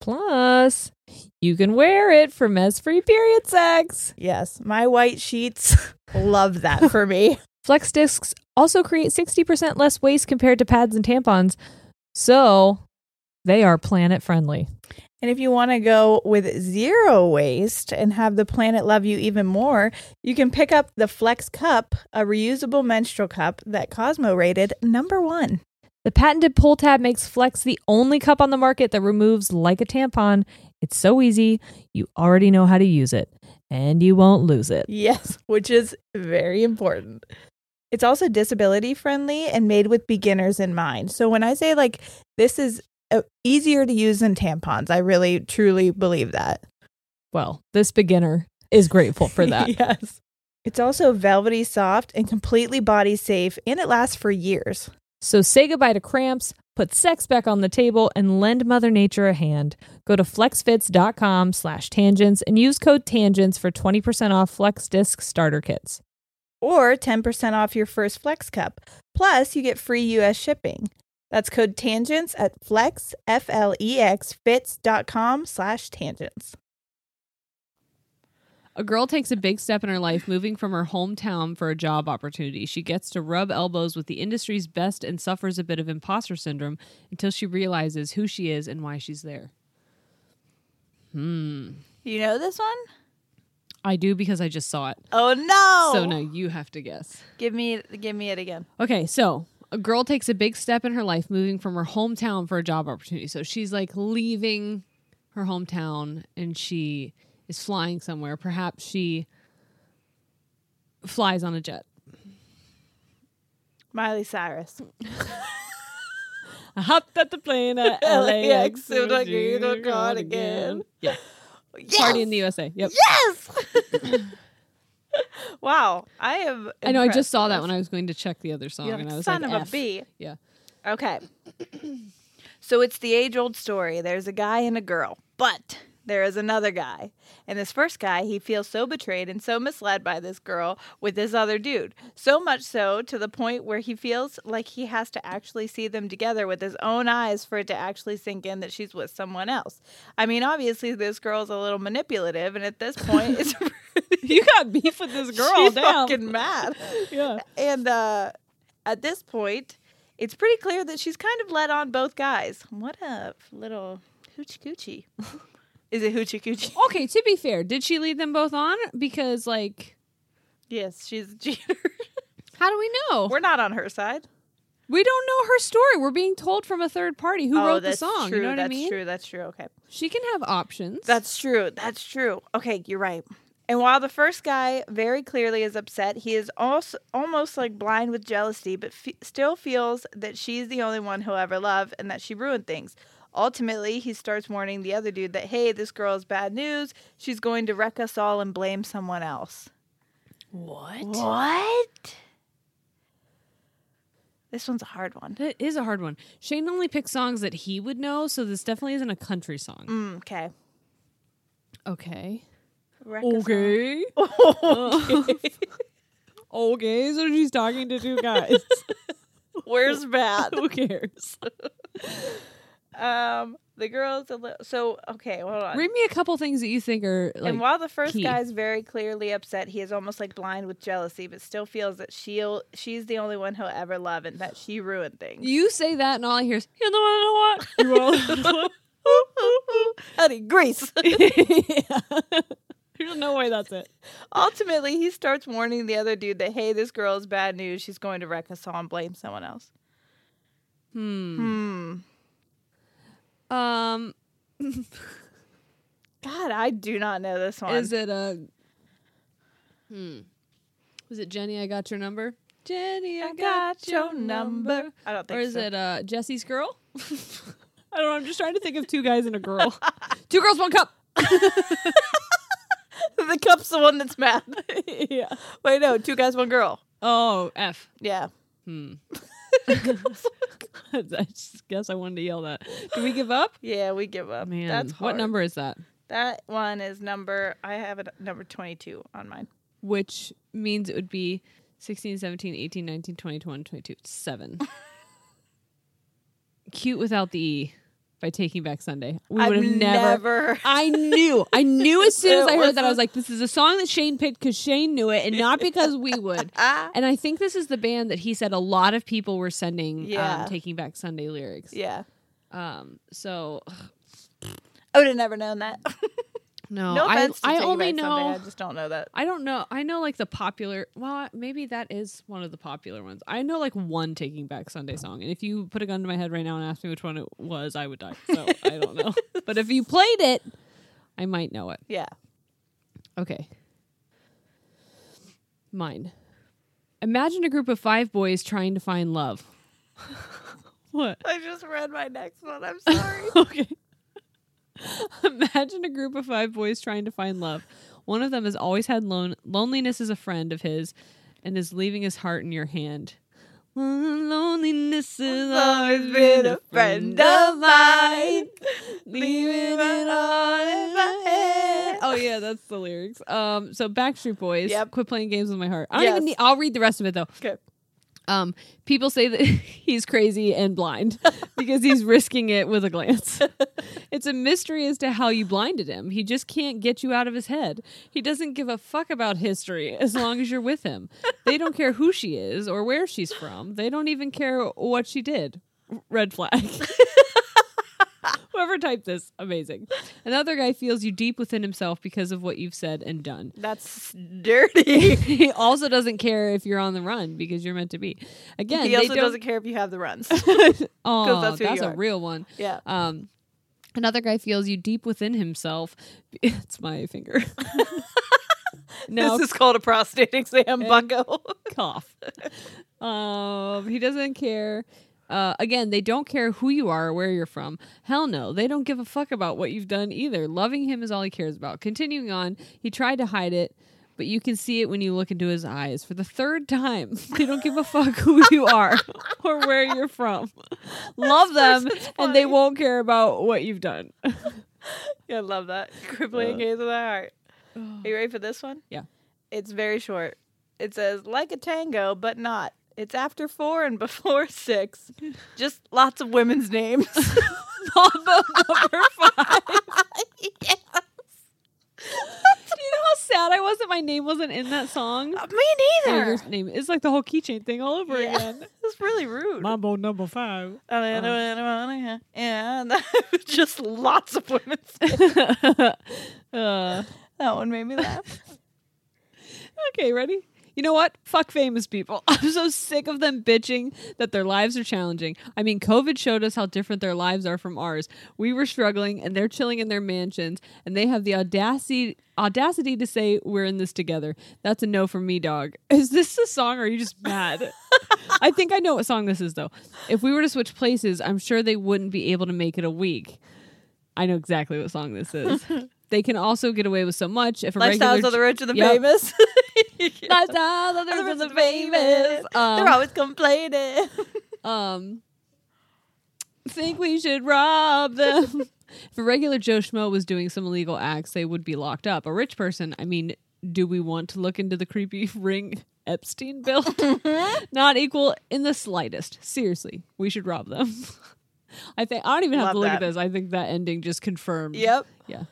Plus, you can wear it for mess free period sex.
Yes, my white sheets (laughs) love that for me.
Flex discs also create 60% less waste compared to pads and tampons. So, they are planet friendly.
And if you want to go with zero waste and have the planet love you even more, you can pick up the Flex Cup, a reusable menstrual cup that Cosmo rated number one.
The patented pull tab makes Flex the only cup on the market that removes like a tampon. It's so easy, you already know how to use it, and you won't lose it.
Yes, which is very important. It's also disability friendly and made with beginners in mind. So when I say like this is uh, easier to use than tampons, I really truly believe that.
Well, this beginner is grateful for
(laughs)
that.
(laughs) yes. It's also velvety soft and completely body safe and it lasts for years.
So say goodbye to cramps, put sex back on the table, and lend Mother Nature a hand. Go to flexfits.com slash tangents and use code tangents for 20% off Flex Disc starter kits.
Or 10% off your first Flex cup. Plus, you get free US shipping. That's code tangents at flex, F L E X, fits.com slash tangents.
A girl takes a big step in her life, moving from her hometown for a job opportunity. She gets to rub elbows with the industry's best and suffers a bit of imposter syndrome until she realizes who she is and why she's there.
You know this one?
I do because I just saw it.
Oh no!
So now you have to guess.
Give me, give me it again.
Okay, so a girl takes a big step in her life, moving from her hometown for a job opportunity. So she's like leaving her hometown and she is flying somewhere. Perhaps she flies on a jet.
Miley Cyrus.
I hopped at the plane at
(laughs)
LAX.
LAX, it was like you don't call it again.
Yeah. Party in the USA. Yep.
Wow, I am.
I know. I
impressed
just saw
with
that
this.
when I was going to check the other song,
You're
and
like,
I was
son
like,
of a
F.
bee.
Yeah. (laughs)
Okay. (clears throat) so it's the age old story. There's a guy and a girl, but there is another guy. And this first guy, he feels so betrayed and so misled by this girl with this other dude. So much so to the point where he feels like he has to actually see them together with his own eyes for it to actually sink in that she's with someone else. I mean, obviously, this girl's a little manipulative. And at this point, (laughs) it's
You got beef with
(laughs)
this girl.
she's
damn.
fucking (laughs) mad.
Yeah.
And uh, at this point, it's pretty clear that she's kind of led on both guys. What a little hoochie coochie. Is it hoochie coochie?
Okay. To be fair, did she lead them both on? Because like,
Yes, she's a cheater. (laughs)
how do we know?
We're not on her side.
We don't know her story. We're being told from a third party who wrote the song.
True.
You know what
Oh, that's
I mean?
true. That's true. Okay.
She can have options.
That's true. That's true. Okay, you're right. And while the first guy very clearly is upset, he is also almost like blind with jealousy, but f- still feels that she's the only one he'll ever love and that she ruined things. Ultimately, he starts warning the other dude that, hey, this girl is bad news. She's going to wreck us all and blame someone else. What? What? This one's a hard one.
That is a hard one. Shane only picks songs that he would know, so this definitely isn't a country song.
Mm, okay.
Okay.
Wreck us all.
Okay. (laughs) okay. So she's talking to two guys.
Where's Matt?
Who cares?
Um, (laughs) the girl's a little. So okay, hold on.
Read me a couple things that you think are like.
and while the first
key.
guy is very clearly upset, he is almost like blind with jealousy, but still feels that she'll she's the only one he'll ever love, and that she ruined things.
you say that, and all I hear is, you know what, you know
(laughs)
what? You know what?
Honey,
(laughs)
Greece.
There's no way that's it.
Ultimately, he starts warning the other dude that hey, this girl is bad news. She's going to wreck us all and blame someone else.
Hmm.
Hmm.
Um,
God, I do not know this one.
is it a. Hmm. Was it Jenny, I got your number? Jenny, I,
I got your number. I don't think
Or is
so.
it uh, Jesse's girl? (laughs)
I don't know. I'm just trying to think of two guys and a girl.
Two girls, one cup.
(laughs) the cup's the one that's (laughs) mad.
yeah.
Wait, no, two guys, one girl.
Oh, F.
Yeah.
(laughs)
Hmm. (laughs) I just guess I wanted to yell that. Do we give up?
Yeah, we give up.
Man,
that's hard.
what number is that?
That one is number. I have it number twenty-two on mine.
Which means it would be 16, 17, 18, 19, 20, 21, 22. Seven. (laughs) Cute without the E by Taking Back Sunday. We would have
I've
never. (laughs)
never-
I knew. I knew as soon as I
It
heard that, I was
wasn't-
like, this is a song that Shane picked because Shane knew it and not because we (laughs) would.
Ah,
And I think this is the band that he said a lot of people were sending
Yeah.
um, Taking Back Sunday lyrics.
yeah.
Um, so
I would have never known that. (laughs)
no,
no
Oh, I,
offense to
I
Take
only
Back
know.
Sunday, I just don't know that.
I don't know. I know like the popular. Well, I- maybe that is one of the popular ones. I know like one Taking Back Sunday song, and if you put a gun to my head right now and asked me which one it was, I would die. So I don't know. But if you played it, I might know it.
Yeah.
Okay. Mine. Imagine a group of five boys trying to find love. (laughs) what?
I just read my next one.
(laughs)
I'm sorry.
okay. Imagine a group of five boys trying to find love. One of them has always had lon- loneliness as a friend of his and is leaving his heart in your hand. Loneliness has always been a friend of mine. Leaving it all in my head. Oh yeah, that's the lyrics. Um, so Backstreet Boys,
Yep.
quit playing games with my heart. I don't
Yes.
even need. I'll read the rest of it though.
okay.
Um, people say that (laughs) he's crazy and blind (laughs) because he's risking it with a (laughs) glance. it's a mystery as to how you blinded him. He just can't get you out of his head. He doesn't give a fuck about history as long as you're with him. They don't care who she is or where she's from. They don't even care what she did. Red flag. Whoever typed this, amazing. Another guy feels you deep within himself because of what you've said
(laughs)
and done
That's dirty.
he also doesn't care if you're on the run because you're meant to be. Again,
he
they
also
don't-
doesn't care if you have the runs. (laughs)
Oh,
that's
that's,
who you
a
are.
real one.
yeah.
Um, another guy feels you deep within himself. (laughs) It's my finger. (laughs)
(laughs)
now
This is called a prostate exam, bucko. (laughs)
(laughs) cough. Um, he doesn't care. Uh, again, they don't care who you are or where you're from. Hell no, they don't give a fuck about what you've done either. Loving him is all he cares about. Continuing on, he tried to hide it, but you can see it when you look into his eyes. For the third time, (laughs) they don't give a fuck who you are (laughs) or where you're from. Love them, and they won't care about what you've done. (laughs)
Yeah, I love that. (laughs) Crippling gaze of the (sighs) heart. Are you ready for this one?
Yeah.
It's very short. It says, like a tango, but not. It's after four and before (laughs) six. Just lots of women's
(laughs)
names.
Mambo
(laughs)
number five. Do you know how sad I was that my name wasn't in that song?
Me
Yeah,
neither.
your name. It's like the whole keychain thing all
(laughs)
over again.
It's really rude.
Mambo number five.
Oh, And (laughs) just lots of
(laughs)
women's names.
Uh,
That one made me laugh.
okay, ready? You know what? Fuck famous people. (laughs) I'm so sick of them bitching that their lives are challenging. I mean, COVID showed us how different their lives are from ours. We were struggling and they're chilling in their mansions and they have the audacity audacity to say we're in this together. That's a no from me, dog. (laughs) Is this a song or are you just mad? I think I know what song this is though. If we were to switch places, I'm sure they wouldn't be able to make it a week. I know exactly what song
(laughs)
this is. they can also get away with so much if a regular
Lifestyles of the rich and the
Yep.
famous. (laughs)
Lifestyle of the
They're
rich and the
famous.
famous.
They're
Um,
always complaining.
um, think we should rob them. (laughs) if a regular Joe Schmo was doing some illegal acts, they would be locked up. A rich person, I mean, do we want to look into the creepy (laughs) ring Epstein
(laughs)
built? Not equal in the slightest. Seriously, we should rob them. (laughs) I think I don't even have
Love
to look at
that.
this. I think that ending just confirmed.
Yep.
Yeah.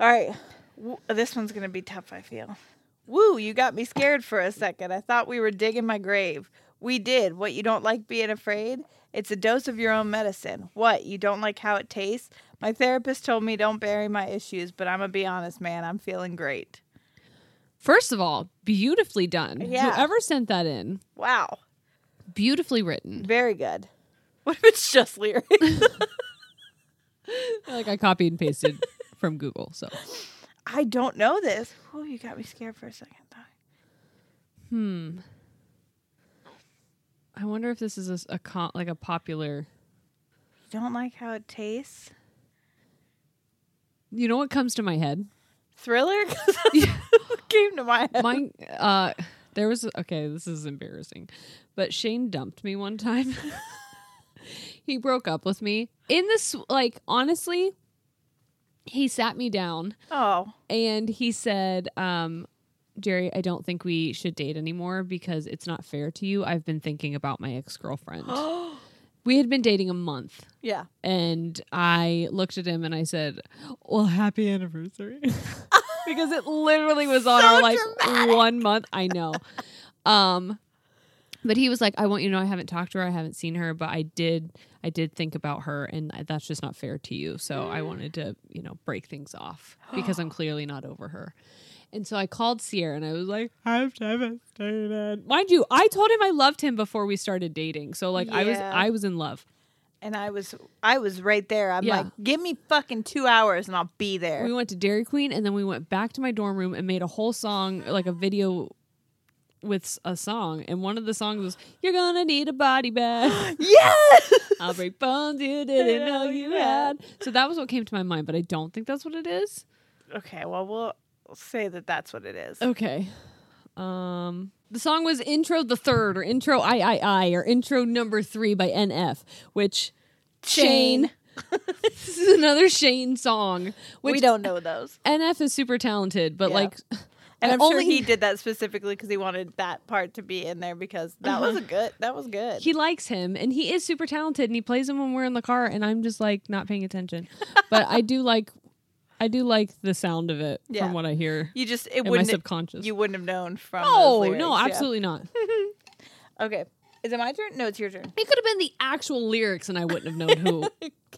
All right. W- this one's going to be tough, I feel. Woo, you got me scared for a second. I thought we were digging my grave. We did. What you don't like being afraid? It's a dose of your own medicine. What? You don't like how it tastes? My therapist told me don't bury my issues, but I'm going to be honest, man. I'm feeling great.
First of all, beautifully done.
Yeah.
Whoever sent that in,
Wow.
beautifully written.
Very good. (laughs) What if it's just lyrics?
Like I copied and pasted from Google. So.
I don't know this. Woo, you got me scared for a second.
Hmm. I wonder if this is a, s- a con- like a popular.
You don't like how it tastes?
You know what comes to my head?
Thriller? (laughs) 'Cause that's what came to my head.
Mine. (laughs) Uh, there was okay. This is embarrassing, but Shane dumped me one time. (laughs) he broke up with me in this. Like honestly, he sat me down
Oh.
and he said, um, "Jerry, I don't think we should date anymore because it's not fair to you. I've been thinking about my ex girlfriend. we had been dating a month."
Yeah.
and I looked at him and I said, "Well, happy anniversary," (laughs) because it literally was on our like one month. I know. Um, but he was like, "I want you to know I haven't talked to her, I haven't seen her, but I did, I did think about her, and that's just not fair to you. So I wanted to, you know, break things off because I'm clearly not over her." And so I called Sierra and I was like, I'm devastated. Mind you, I told him I loved him before we started dating. So like I was
Yeah.
I was in love.
and I was I was right there. I'm
Yeah.
like, give me fucking two hours and I'll be there.
We went to Dairy Queen and then we went back to my dorm room and made a whole song, like a video with s- a song. And one of the songs was, You're gonna need a body bag. (laughs)
yes,
I'll break bones you didn't know you had. So that was what came to my mind, but I don't think that's what it is.
Okay, well we'll say that that's what it is.
Okay. Um, the song was Intro the Third or Intro I I I or Intro Number Three by NF, which Shane. (laughs) this is another Shane song.
(laughs)
Which
we don't know those.
NF is super talented, but
Yeah.
like
And
I
I'm sure
only-
he did that specifically because he wanted that part to be in there because that was a
Uh-huh.
good. That was good.
He likes him and he is super talented and he plays him when we're in the car and I'm just like not paying attention. but I do like I do like the sound of it
Yeah.
from what I hear.
you just it
my
wouldn't
subconscious.
You wouldn't have known from.
Oh,
those
no,
lyrics, yeah.
absolutely not.
Okay, is it my turn? No, it's your
(laughs)
turn.
It could have been the actual lyrics and I wouldn't have known who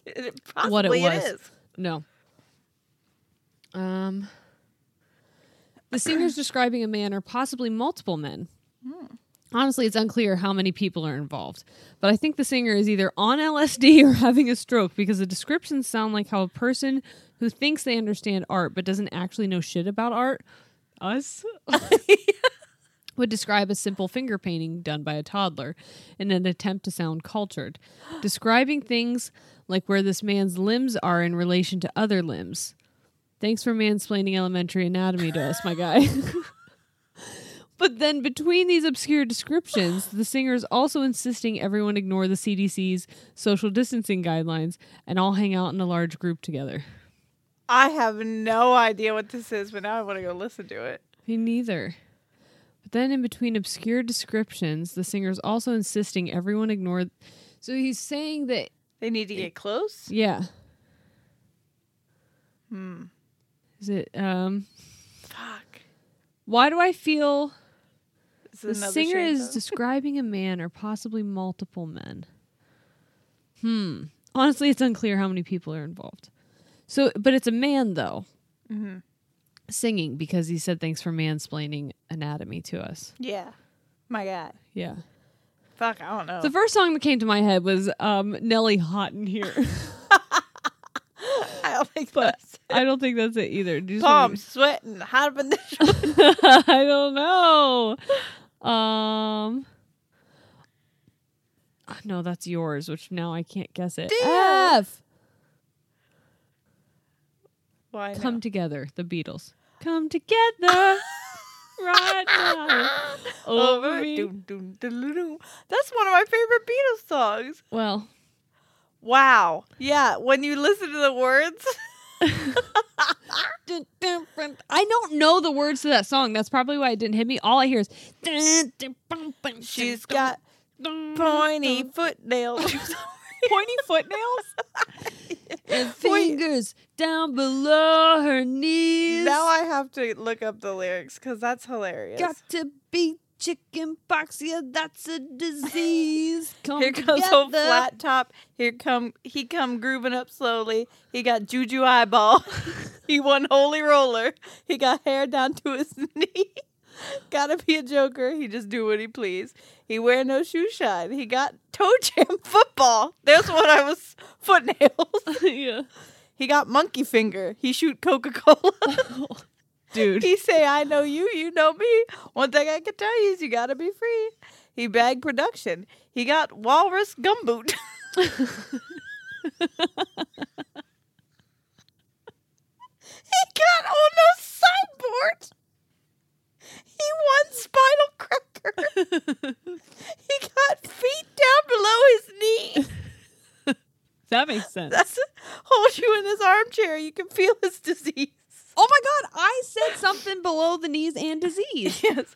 It possibly
what it was.
It is.
No. Um, the singer's describing a man or possibly multiple men.
Hmm.
Honestly, it's unclear how many people are involved, but I think the singer is either on LSD (laughs) or having a stroke because the descriptions sound like how a person who thinks they understand art but doesn't actually know shit about art, us, would describe a simple finger painting done by a toddler in an attempt to sound cultured, describing things like where this man's limbs are in relation to other limbs. Thanks for mansplaining elementary anatomy to us, my guy. but then between these obscure descriptions, the singer is also insisting everyone ignore the CDC's social distancing guidelines and all hang out in a large group together.
I have no idea what this is, but now I want to go listen to it.
Me neither. But then in between obscure descriptions, the singer's also insisting everyone ignore. So he's saying that,
They need to get close.
yeah. Hmm. Is it,
Hmm.
um,
Fuck.
why do I feel
This
the
is another
singer
shame,
is
though.
describing a man or possibly multiple men? Hmm. Honestly, it's unclear how many people are involved. So, but it's a man though.
Mm-hmm.
Singing because he said thanks for mansplaining anatomy to us.
yeah. My God.
Yeah.
Fuck. I don't know.
The first song that came to my head was um, Nelly Hot in Here. (laughs)
I (laughs) don't think
But
that's
I don't think that's it either. Do you just want
Palm
me-
oh, sweating, hot up in (laughs) the
(laughs) I don't know. Um, oh, no, that's yours, which now I can't guess it. Ah! F.
Why?
Come together, the Beatles. Come together right now. Over me.
Doom, doom, doo-doo-doo. That's one of my favorite Beatles songs.
Well,
Wow. Yeah, when you listen to the words, (laughs)
I don't know the words to that song. That's probably why it didn't hit me. All I hear is.
(laughs) she's got pointy foot (laughs) nails.
pointy foot nails and fingers down below her knees.
now I have to look up the lyrics because that's hilarious.
got to be chicken pox. Yeah, that's
(laughs)
a disease. Come
Here comes
together.
old flat top. Here (laughs) come he come grooving up slowly. He got juju eyeball. (laughs) he won holy roller. He got hair down to his (laughs) knee. Gotta be a joker. He just do what he please. He wear no shoe shine. He got toe jam (laughs) football. There's what I was foot (laughs) nails.
yeah,
He got monkey finger. He shoot Coca Cola. (laughs)
dude.
He say, I know you, you know me. One thing I can tell you is you gotta be free. He bagged production. He got walrus gumboot. (laughs) he got on the sideboard. He won spinal (laughs) cracker. he got feet down below his knee.
That makes sense.
That's (laughs) holds you in his armchair. You can feel his
(laughs)
disease.
(laughs) oh my god, I said something below the knees and
(laughs)
disease.
Yes.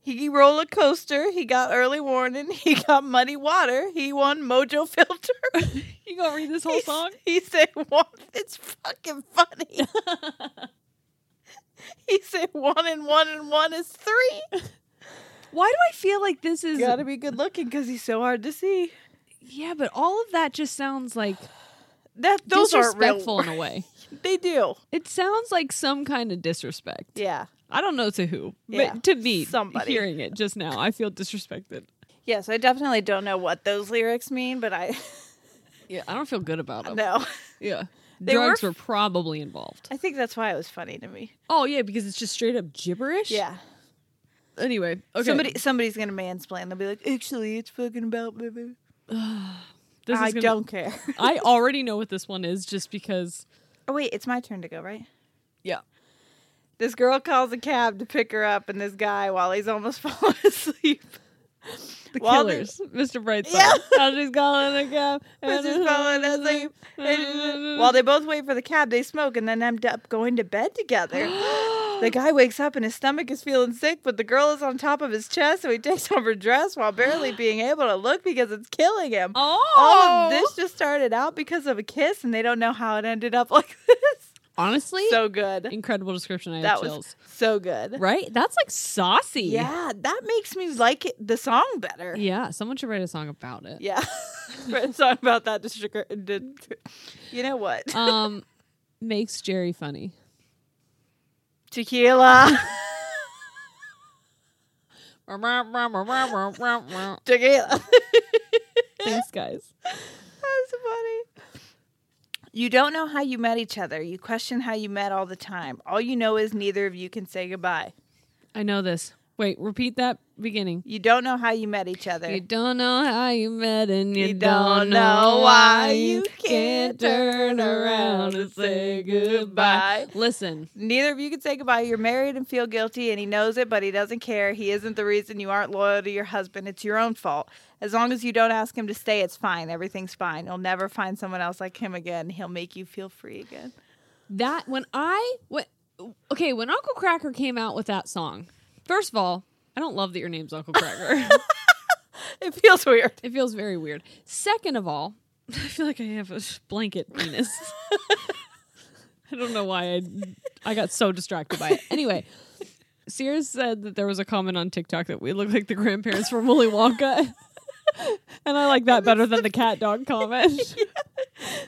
He roller coaster. He got early warning. (laughs) He got muddy water. He won mojo
(laughs)
filter.
You gonna read this whole
He-
song?
He said, one, it's fucking
(laughs)
funny. he said, one and one and one is three.
(laughs) Why do I feel like this is?
You gotta be good looking because he's so hard to see.
Yeah, but all of that just sounds like
That those aren't real.
disrespectful in a way.
(laughs) They do.
It sounds like some kind of disrespect.
Yeah.
I don't know to who,
Yeah,
but to me,
somebody.
hearing it just now, I feel disrespected.
Yes, I definitely don't know what those lyrics mean, but I (laughs)
Yeah, I don't feel good about them.
know.
Yeah,
They were
drugs
f-
were probably involved.
I think that's why it was funny to me.
Oh yeah, because it's just straight up gibberish.
Yeah.
Anyway, okay.
Somebody somebody's gonna mansplain. They'll be like, actually it's fucking about baby.
this is
I
gonna-
don't care. (laughs)
I already know what this one is, just because.
Oh wait, it's my turn to go, right?
Yeah.
This girl calls a cab to pick her up, and this guy, while he's almost (laughs) falling asleep,
The
While the-
Killers, Mr. Brightside.
Yeah.
I was just calling a (laughs) cab.
is just falling asleep.
(gasps)
And- while they both wait for the cab, they smoke and then end up going to bed together. The guy wakes up and his stomach is feeling sick, but the girl is on top of his chest, so he takes off her dress while barely being able to look because it's killing him.
Oh,
All of this just started out because of a kiss, and they don't know how it ended up (laughs) like this.
honestly,
So good.
incredible description. I
That
have chills.
was so good.
right? That's like saucy.
Yeah, that makes me like it, the song better.
Yeah. Someone should write a song about it.
Yeah. (laughs) Write a song about that. to sugar- to- You know what?
(laughs) Um, makes Jerry (laughs) funny.
Tequila.
Thanks,
Tequila.
guys.
That's funny. You don't know how you met each other. You question how you met all the time. All you know is neither of you can say goodbye.
I know this. Wait, repeat that beginning.
You don't know how you met each other.
You don't know how you met and you,
You
don't, know why you can't turn around and say goodbye. Listen,
(laughs) neither of you can say goodbye. You're married and feel guilty, and he knows it, but he doesn't care. He isn't the reason you aren't loyal to your husband. It's your own fault. As long as you don't ask him to stay, it's fine. Everything's fine. You'll never find someone else like him again. He'll make you feel free again.
that when I what okay, when Uncle Cracker came out with that song, first of all, I don't love that your name's Uncle Cracker. (laughs)
It feels weird.
It feels very weird. Second of all, (laughs) I feel like I have a blanket penis. (laughs) I don't know why I I got so distracted by it. Anyway, Sears said that there was a comment on TikTok that we look like the grandparents from Willy Wonka. (laughs) and I like that better than the cat dog comment.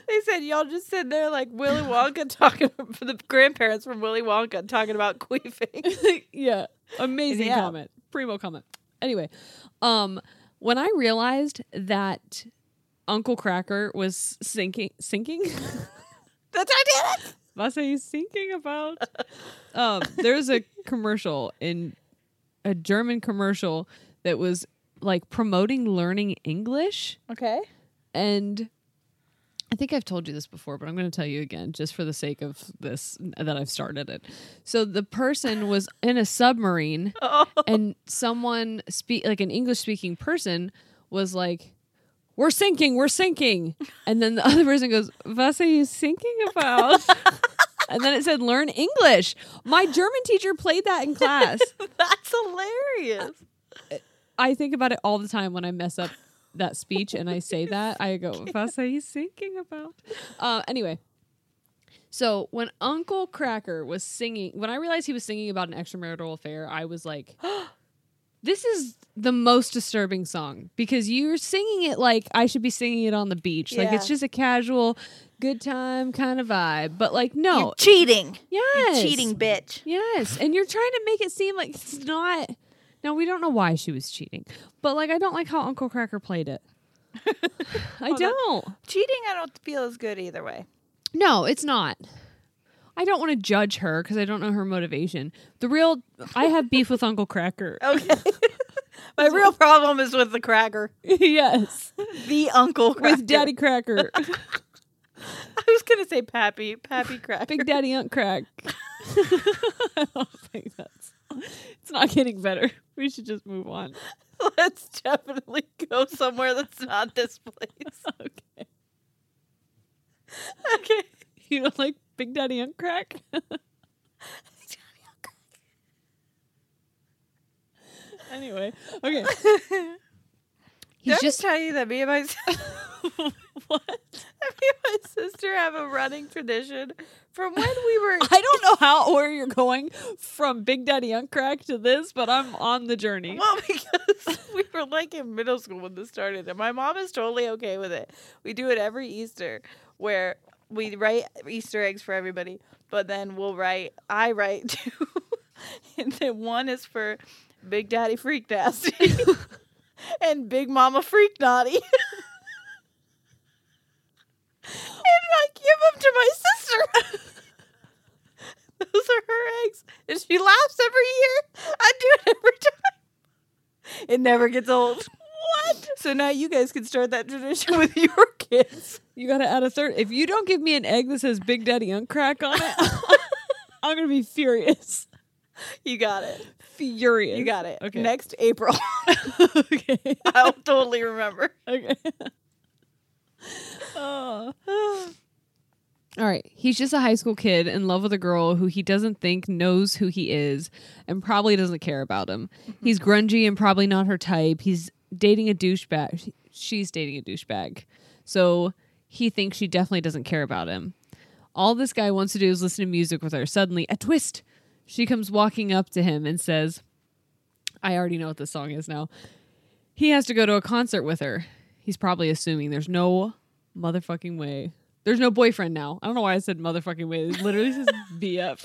They said y'all just sitting there like Willy
(laughs)
Wonka talking for the grandparents from Willy Wonka talking about (laughs) queefing.
(laughs) yeah. Amazing
Yeah.
comment. Primo comment. Anyway, um when I realized that Uncle Cracker was sinking sinking
The Titanic.
That's how he's thinking about. um, there's a commercial in a German commercial that was like promoting learning English,
Okay.
and I think I've told you this before, but I'm going to tell you again just for the sake of this that I've started it. So the person was in a submarine, and someone speak like an English speaking person was like. We're sinking, we're sinking. And then the (laughs) other person goes, What are you sinking about? And then it said, learn English. My German teacher played that in class.
That's hilarious.
I think about it all the time when I mess up that speech and I say that. I
(laughs)
go, was are you thinking about? Uh, anyway, so when Uncle Cracker was singing, when I realized he was singing about an extramarital affair, I was like, (gasps) this is the most disturbing song because you're singing it like I should be singing it on the beach. Like it's
Yeah.
just a casual, good time kind of vibe. But like, no.
Cheating.
yes.
Cheating bitch.
Yes, and you're trying to make it seem like it's not. Now we don't know why she was cheating, but like I don't like how Uncle Cracker played (laughs) it. I don't.
Cheating I don't feel is good either way.
No, it's not. I don't want to judge her because I don't know her motivation. The real, I have beef with Uncle (laughs) Cracker.
Okay. My real problem is with the cracker.
yes,
The uncle cracker.
with Daddy Cracker, (laughs)
I was gonna say Pappy. (laughs) Pappy cracker.
Big Daddy Unc Crack. (laughs) I don't think that's. It's not getting better. We should just move on.
Let's definitely go somewhere that's not this place.
Okay.
Okay.
(laughs) You don't like Big Daddy Unc Crack? (laughs) anyway,
(laughs)
okay.
Did I just tell you that me and my (laughs) what? (laughs) Me and my sister have a running tradition from when we (laughs) were.
(laughs) I don't know how or you're going from Big Daddy Unc Crack to this, but I'm on the journey.
Well, (laughs) because we were like in middle school when this started, and my mom is totally okay with it. We do it every Easter, where we write Easter eggs for everybody, but then we'll write. I write (laughs) two, and then one is for Big Daddy Freak Nasty (laughs) and Big Mama Freak Naughty. (laughs) and I give them to my sister. (laughs) Those are her eggs, and she laughs every year. I do it every time. It never gets old. What? So now you guys can start that tradition with your kids.
You gotta add a third. If you don't give me an egg that says Big Daddy Unc Crack on
(laughs)
it, I'm gonna be furious.
You got it.
Furious.
You got it.
Okay.
Next April.
okay.
I'll
(laughs)
totally remember.
Okay. oh. All right. He's just a high school kid in love with a girl who he doesn't think knows who he is and probably doesn't care about him. He's grungy and probably not her type. He's dating a douchebag. She's dating a douchebag. So he thinks she definitely doesn't care about him. All this guy wants to do is listen to music with her. Suddenly, a twist. She comes walking up to him and says, I already know what this song is now. He has to go to a concert with her. He's probably assuming there's no motherfucking way. There's no boyfriend now. I don't know why I said motherfucking way. It
(laughs)
literally says BF.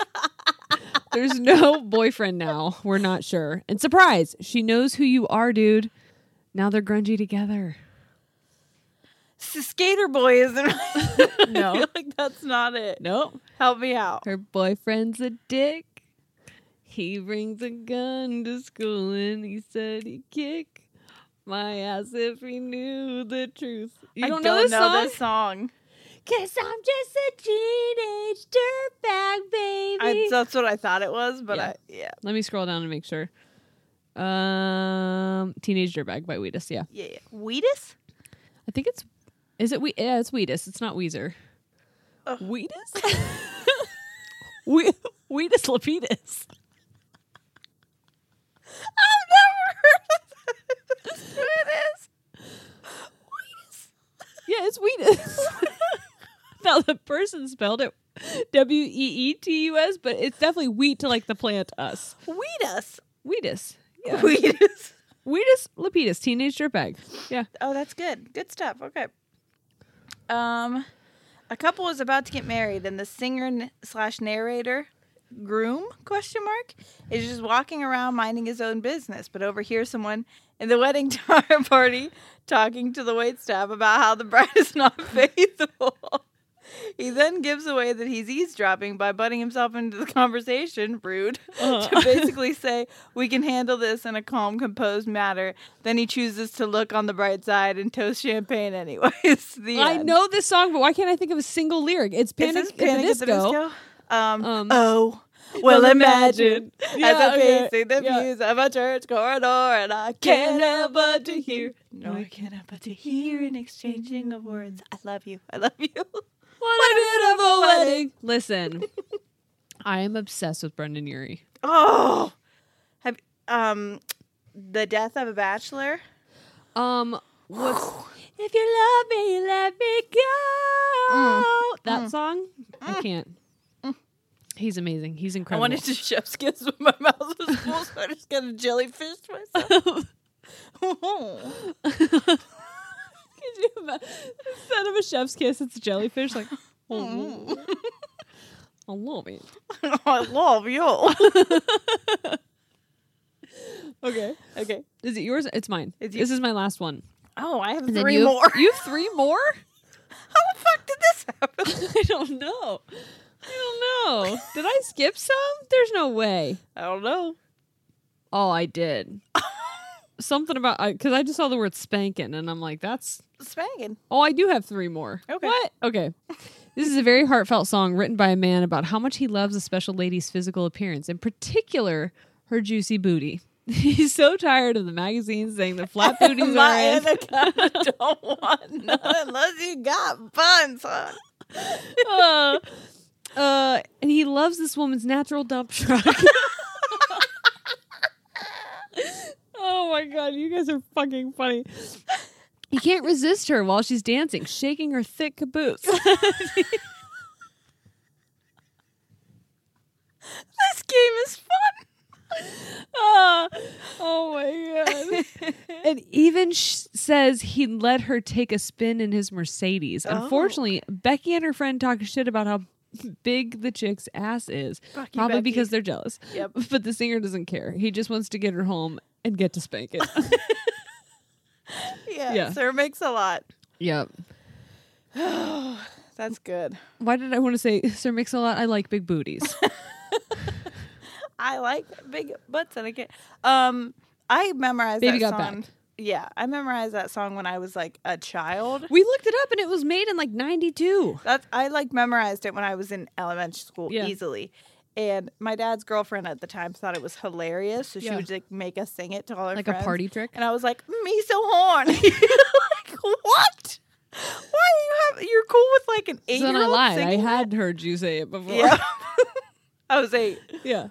There's no boyfriend now. We're not sure. And surprise, she knows who you are, dude. Now they're grungy together.
S- Skater boy isn't. no, I feel (laughs) like that's not it.
(laughs) Nope.
Help me out.
Her boyfriend's a dick. He brings a gun to school and he said he'd kick my ass if he knew the truth. You
I
don't,
don't
know this song?
this song.
Cause I'm just a teenage dirtbag baby.
I, that's what I thought it was, but
Yeah.
I yeah
Let me scroll down and make sure. Um, Teenage Dirtbag by Weedus. Yeah,
yeah. yeah. Wheatus?
I think it's. Is it we? Yeah, it's Weedus. It's not Weezer. Weedus.
(laughs)
we Weedus Lapidus. Yeah, it's Weedus. (laughs) now the person spelled it W E E T U S, but it's definitely wheat to like the plant us.
Wheatus.
Weedus. Yeah.
Wheatus.
Weedus Lapidus, teenage dirtbag. Yeah.
Oh, that's good. Good stuff. Okay. Um, a couple was about to get married, and the singer n- slash narrator groom question mark is just walking around minding his own business, but overhears someone in the wedding (laughs) tar- party talking to the waitstaff about how the bride is not (laughs) faithful. He then gives away that he's eavesdropping by butting himself into the conversation, rude, (laughs) to basically say, We can handle this in a calm, composed manner. Then he chooses to look on the bright side and toast champagne, anyways. (laughs) The
I
end.
know this song, but why can't I think of a single lyric? It's
Is
Panic,
this Panic
at the Disco.
Um,
Um,
oh, well, imagine as
Yeah,
I'm
okay,
facing the
yeah.
views of a church corridor, and I can't help but to hear. No, I can't help but to hear an exchanging of words. I love you. I love you. (laughs)
What a beautiful wedding. Listen, (laughs) I am obsessed with Brendan Urie.
Oh, have um, the death of a bachelor.
Um, what's if you love me, let me go? That song, I can't. Mm. He's amazing. He's
I
incredible.
wanted
(laughs)
to chef's kiss, but my (laughs) mouth was full, so I just kind of jellyfished myself. Oh.
Could you ima- Instead of a chef's kiss, it's a jellyfish. (laughs) Like, oh, (laughs) a little bit.
(laughs) I love (laughs) you.
Okay.
okay.
Is it yours? It's mine.
It's you-
this is my last one.
Oh, I have
And then
three
you have-
more.
(laughs) you have three
(laughs)
more?
How the fuck did this happen?
(laughs) I don't know. I don't
(laughs)
know. Did I skip some? There's no way.
I don't know.
Oh, I
(laughs)
did. Something about because I just saw the word spanking and I'm like, that's
Spanking.
oh, I do have three more.
Okay.
What? Okay. This is a very heartfelt song written by a man about how much he loves a special lady's physical appearance, in particular her juicy booty. (laughs) He's so tired of the magazines saying the
(laughs)
flat booties
My
are in.
anaconda don't want none unless you got buns, huh?
uh, (laughs) uh, and he loves this woman's natural dump truck. (laughs) oh my god, you guys are fucking funny. He can't resist her while she's dancing, shaking her
(laughs)
thick caboose.
This game is fun.
Ah, oh my
(laughs)
god! and even sh- says he let her take a spin in his Mercedes.
Oh.
Unfortunately, Becky and her friend talk shit about how big the chick's ass is, probably
Becky.
because they're jealous.
Yep.
But the singer doesn't care. He just wants to get her home and get to spank
(laughs)
it.
Yeah,
Yeah.
Sir makes a lot.
yep.
That's good.
Why did I want to say (laughs) Sir Mix a Lot? I like big (laughs) booties.
I like big butts and I can't. Um, I memorized
Baby
that
Got
song.
Back.
Yeah, I memorized that song when I was like a child.
we looked it up and it was made in like '92.
That's I like memorized it when I was in elementary school
Yeah.
easily. And my dad's girlfriend at the time thought it was hilarious, so she
Yeah.
would like make us sing it to all our
Like a
friends.
party trick?
(laughs) And I was like, "Me so horny!" like what? Why do you have? You're cool with like an eight
So then
year
I
old.
lied. I had heard you say it before.
Yeah. I was eight.
yeah.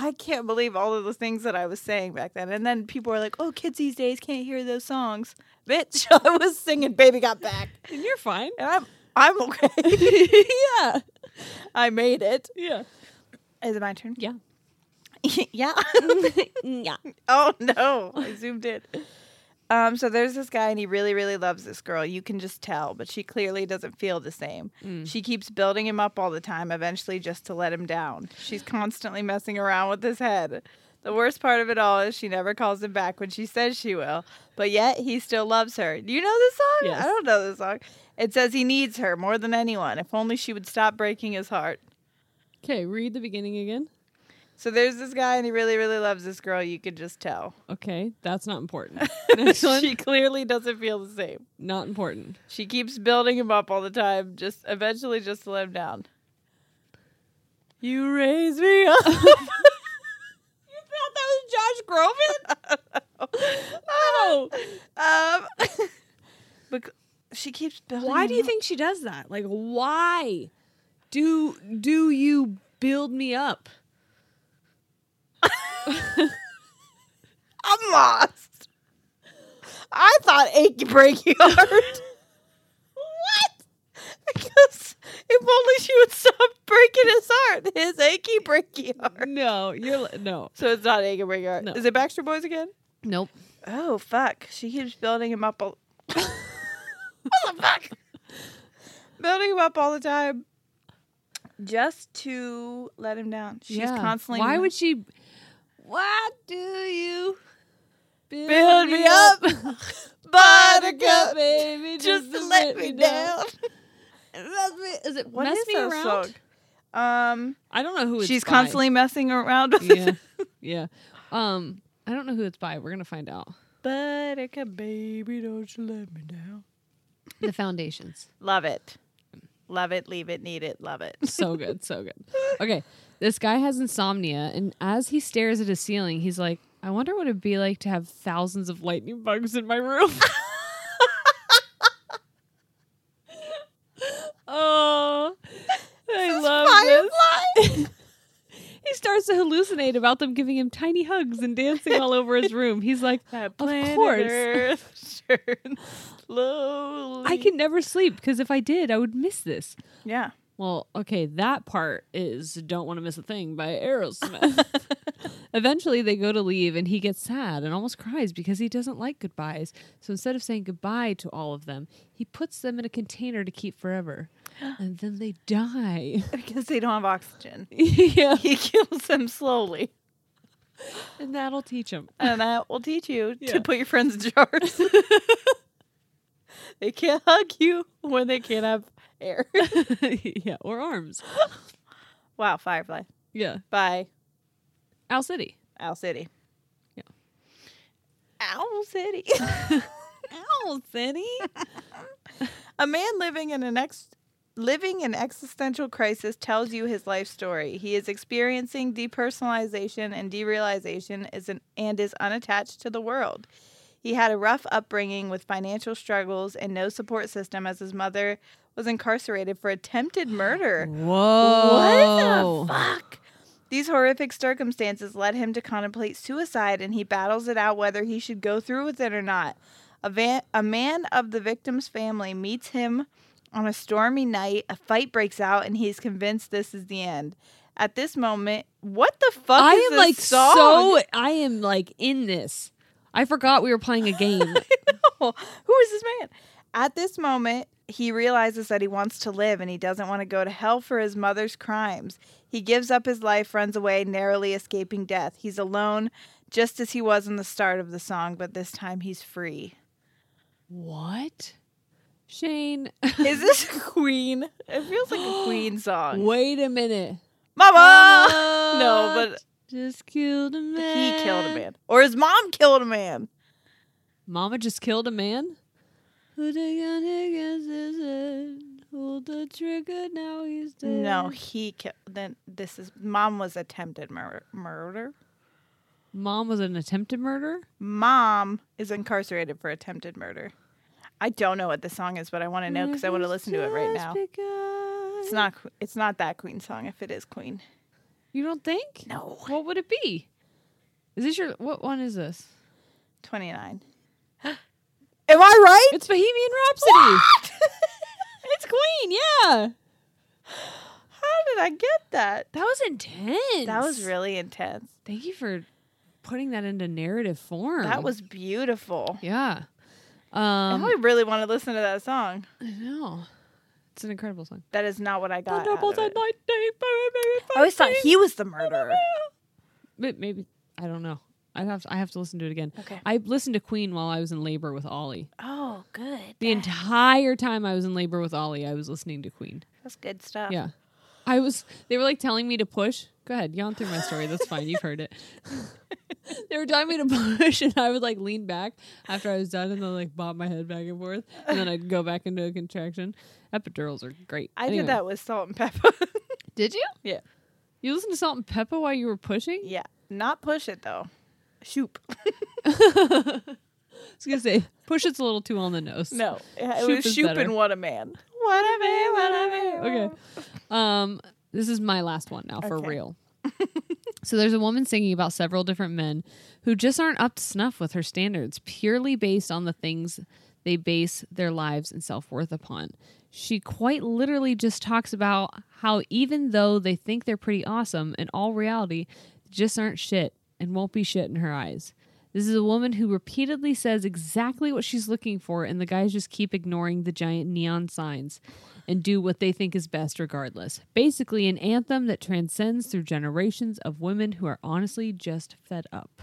I can't believe all of the things that I was saying back then. And then people are like, "Oh, kids these days can't hear those songs." Bitch, (laughs) I was singing "Baby Got Back,"
And you're fine.
and I'm I'm
(laughs)
okay. (laughs)
Yeah.
I made it.
Yeah.
Is it my turn?
Yeah.
(laughs) yeah.
Mm, Yeah.
Oh no, I zoomed in. Um, so there's this guy, and he really, really loves this girl. You can just tell, but she clearly doesn't feel the same.
Mm.
She keeps building him up all the time, eventually, just to let him down. She's constantly messing around with his head. The worst part of it all is she never calls him back when she says she will, but yet he still loves her. Do you know this song?
Yes.
I don't know this song. It says he needs her more than anyone. If only she would stop breaking his heart.
Okay, read the beginning again.
So there's this guy, and he really, really loves this girl. You could just tell.
Okay, that's not (laughs) important. Next one,
She clearly doesn't feel the same.
not important.
She keeps building him up all the time, just eventually just to let him down. You raise me
(laughs)
up. (laughs) you thought that was Josh Groban? (laughs) no. (laughs) Um, (laughs) bec- she keeps building.
Why do
him
you
up.
think she does that? Like, why do do you build me up?
I'm lost? I thought achy breaky heart. (laughs) what? Because if only she would stop breaking his heart, his achy breaky heart.
No, you're li- no,
So it's not Egg and Ring Art.
No.
Is it Baxter Boys again?
nope.
Oh fuck! She keeps building him up. All- (laughs) what the fuck? building him up all the time, just to let him down. She's
Yeah.
constantly.
Why would she? Why do you build,
build me up, Buttercup?
baby? (laughs)
Just to let me down.
Mess me, is (laughs) it
What
mess
is
me
that
around?
song? Um,
I don't know who it's
she's (laughs)
by.
constantly messing around with (laughs)
yeah, (laughs) yeah. Um, I don't know who it's by. We're gonna find out.
Buttercup, baby, don't you let me down.
The foundations.
Love it, love it, leave it, need it, love it.
(laughs) So good, so good. Okay, this guy has insomnia, and as he stares at his ceiling, he's like, "I wonder what it'd be like to have thousands of lightning bugs in my room." (laughs) oh, I love this. (laughs) he starts to hallucinate about them giving him tiny hugs and dancing all over his room.
(laughs)
He's like, "Of
Planet
course."
Earth (laughs) turns slowly.
I can never sleep because if I did, I would miss this.
Yeah.
Well, okay, that part is Don't Want to Miss a Thing by
(laughs)
Aerosmith. Eventually, they go to leave, and he gets sad and almost cries because he doesn't like goodbyes. So instead of saying goodbye to all of them, he puts them in a container to keep
(gasps)
forever. And then they
(laughs)
die.
(laughs) Because they don't have oxygen. (laughs)
yeah.
He kills them slowly.
And that'll teach
(laughs)
him.
And that will teach you
Yeah.
to put your friends in jars. they can't hug you when they can't have air.
yeah. Or arms.
wow, Firefly.
Yeah.
By
Owl City.
Owl City.
Yeah.
Owl
(laughs)
City.
Owl City?
A man living in an ex- living an existential crisis tells you his life story. He is experiencing depersonalization and derealization is an, and is unattached to the world. He had a rough upbringing with (laughs) financial struggles and no support system as his mother was incarcerated for attempted murder.
Whoa. Oh.
What the fuck? These horrific circumstances led him to contemplate suicide, and he battles it out whether he should go through with it or not. A, van- a man of the victim's family meets him on a stormy night. A fight breaks out, and he's convinced this is the end. At this moment, what the fuck
I
is
am
this
like
song?
so. I am like in this. I forgot we were playing
(laughs)
a game.
know. Who is this man? At this moment, he realizes that he wants to live and he doesn't want to go to hell for his mother's crimes. He gives up his life, runs away, narrowly escaping death. He's alone, just as he was in the start of the song, but this time he's free.
What?
(laughs)
Shane,
Is this a queen? It feels like (gasps) a queen song.
wait a minute.
Mama! No, but
Just killed a
he
man.
killed a man. Or his mom killed a man.
Mama just killed a man? Put a gun against his head. Hold the trigger, now he's dead.
No, he killed. Then this is mom was attempted mur- murder.
Mom was an attempted murder?
mom is incarcerated for attempted murder. I don't know what the song is, but I want to know because I want to listen to it right now. It's not. Qu- It's not that Queen song. If it is Queen,
You don't think?
No.
What would it be? Is this your what one is this?
twenty nine. (gasps) Am I right?
It's Bohemian Rhapsody. (laughs) it's Queen, yeah.
How did I get that?
That was intense.
That was really intense.
Thank you for putting that into narrative form.
That was beautiful.
Yeah.
Now
Um
I really want to listen to that song.
I know. It's an incredible song.
That is not what I got. out of it. I
I
always thought he was the (laughs) murderer.
but maybe I don't know. I have to, I have to listen to it again. Okay. I listened to Queen while I was in labor with Ollie.
Oh, good.
The entire time I was in labor with Ollie, I was listening to Queen.
That's good stuff.
Yeah. I was they were like telling me to push. Go ahead, yawn through my story. That's fine. You've heard it. (laughs) they were telling me to push and I would like lean back after I was done and then like bob my head back and forth. And then I'd go back into a contraction. Epidurals are great.
I
Anyway.
did that with salt and pepper.
Did you?
Yeah.
You listened to Salt and Pepper while you were pushing?
yeah. Not push it though. Shoop.
I was gonna say push it's a little too on the nose.
No. It
Shoop
was
is
shoop
better.
and what a man. What a man, what a man.
Okay. Um, this is my last one now for
Okay.
real. (laughs) so there's a woman singing about several different men who just aren't up to snuff with her standards, purely based on the things they base their lives and self worth upon. She quite literally just talks about how even though they think they're pretty awesome, in all reality, they just aren't shit and won't be shit in her eyes. This is a woman who repeatedly says exactly what she's looking for, and the guys just keep ignoring the giant neon signs and do what they think is best regardless. Basically, an anthem that transcends through generations of women who are honestly just fed up.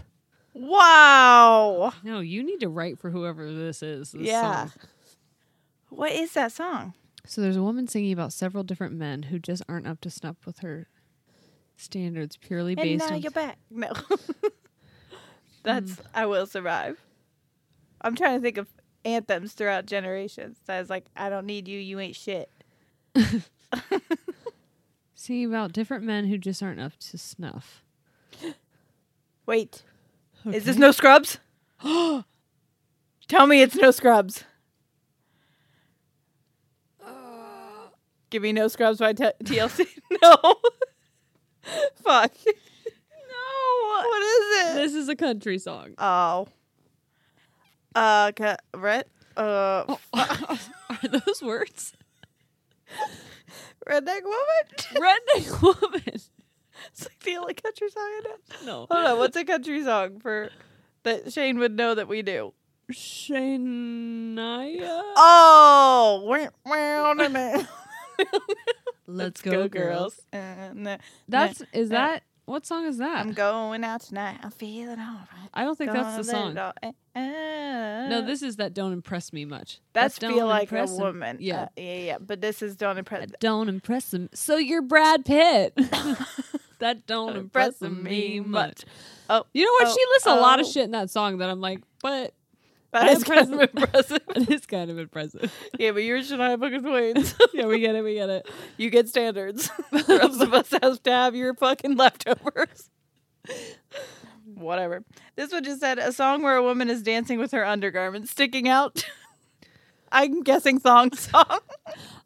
Wow.
No, you need to write for whoever this is. this
Yeah.
song.
What is that song?
So there's a woman singing about several different men who just aren't up to snuff with her standards purely
and
based
now
on.
you're back. No. (laughs) That's
Mm.
I will survive. I'm trying to think of anthems throughout generations. That is like, I don't need you, you ain't shit.
singing about different men who just aren't up to snuff.
Wait. Is this no scrubs? (gasps) Tell me it's no scrubs. Give me no scrubs by T- TLC. (laughs) no. Fuck. No. What is it?
This is a country song.
(laughs) Oh. Uh, ca- Red. Uh,
Are those words?
redneck woman. (laughs)
Redneck (laughs) woman.
it's like the only country song I know.
No.
Hold on, what's a country song for that Shane would know that we (laughs) do?
Shania.
Oh, wow, wow, no, no.
Let's
And, uh,
That's is
Yeah.
that what song is that?
I'm going out tonight. I'm feeling all right.
I don't think that's the
Gonna
song.
let it all- eh, eh.
No, this is that don't impress me much.
that's
That
feel
Don't
like a
Impress Him-
woman.
Yeah.
Uh, yeah, yeah. But this is don't impress.
That don't impress him. So you're Brad Pitt. (laughs) that don't impress me much.
Oh,
You know what?
oh,
she lists a lot of
oh.
shit in that song that I'm like, but
(laughs)
(laughs)
That is kind of
impressive. (laughs) it is kind of impressive. (laughs)
yeah, but you're Shania Booker Twain.
yeah, we get it. We
(laughs)
get it.
you get
(laughs)
standards. (laughs) the rest of us has to have your fucking leftovers. (laughs) Whatever. This one just said a song where a woman is dancing with her undergarments sticking out. (laughs) I'm guessing thong song.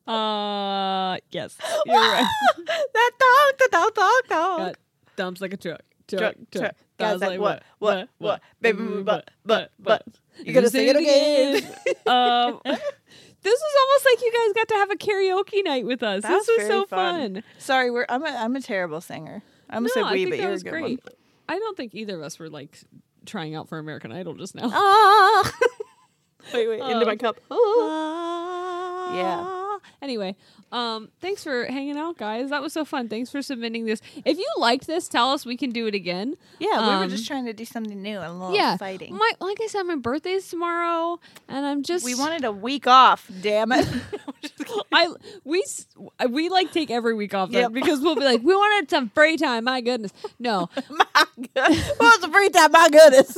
Uh,
(laughs)
yes, you're right.
that dog, the dog, dog, dog.
Got dumps like a truck.
Truck,
Truck,
truck.
truck. That was like what, what, what,
Baby,
baby,
but,
but,
but,
but,
but.
but.
You gotta sing it again.
(laughs) um, this was almost like you guys got to have a karaoke night with us.
That
this was
very
so fun.
Sorry, we're I'm a I'm a terrible singer. I'm a
No, I
wee,
think
but
that
you're a
was
good
great.
one.
I don't think either of us were like trying out for American Idol just now. (laughs)
Ah. wait, wait, into
Oh.
my cup. Yeah.
ah. Anyway, um, thanks for hanging out, guys. That was so fun. Thanks for submitting this. If you liked this, tell us we can do it again.
Yeah, we
Um,
were just trying to do something new and a little
yeah,
exciting.
My like I said, my birthday's tomorrow, and I'm just
we wanted a week off, damn
(laughs)
it.
I we s- we like take every week off then
Yep.
because we'll be like we wanted some free time. My goodness, no,
my God. What was the free time? My goodness.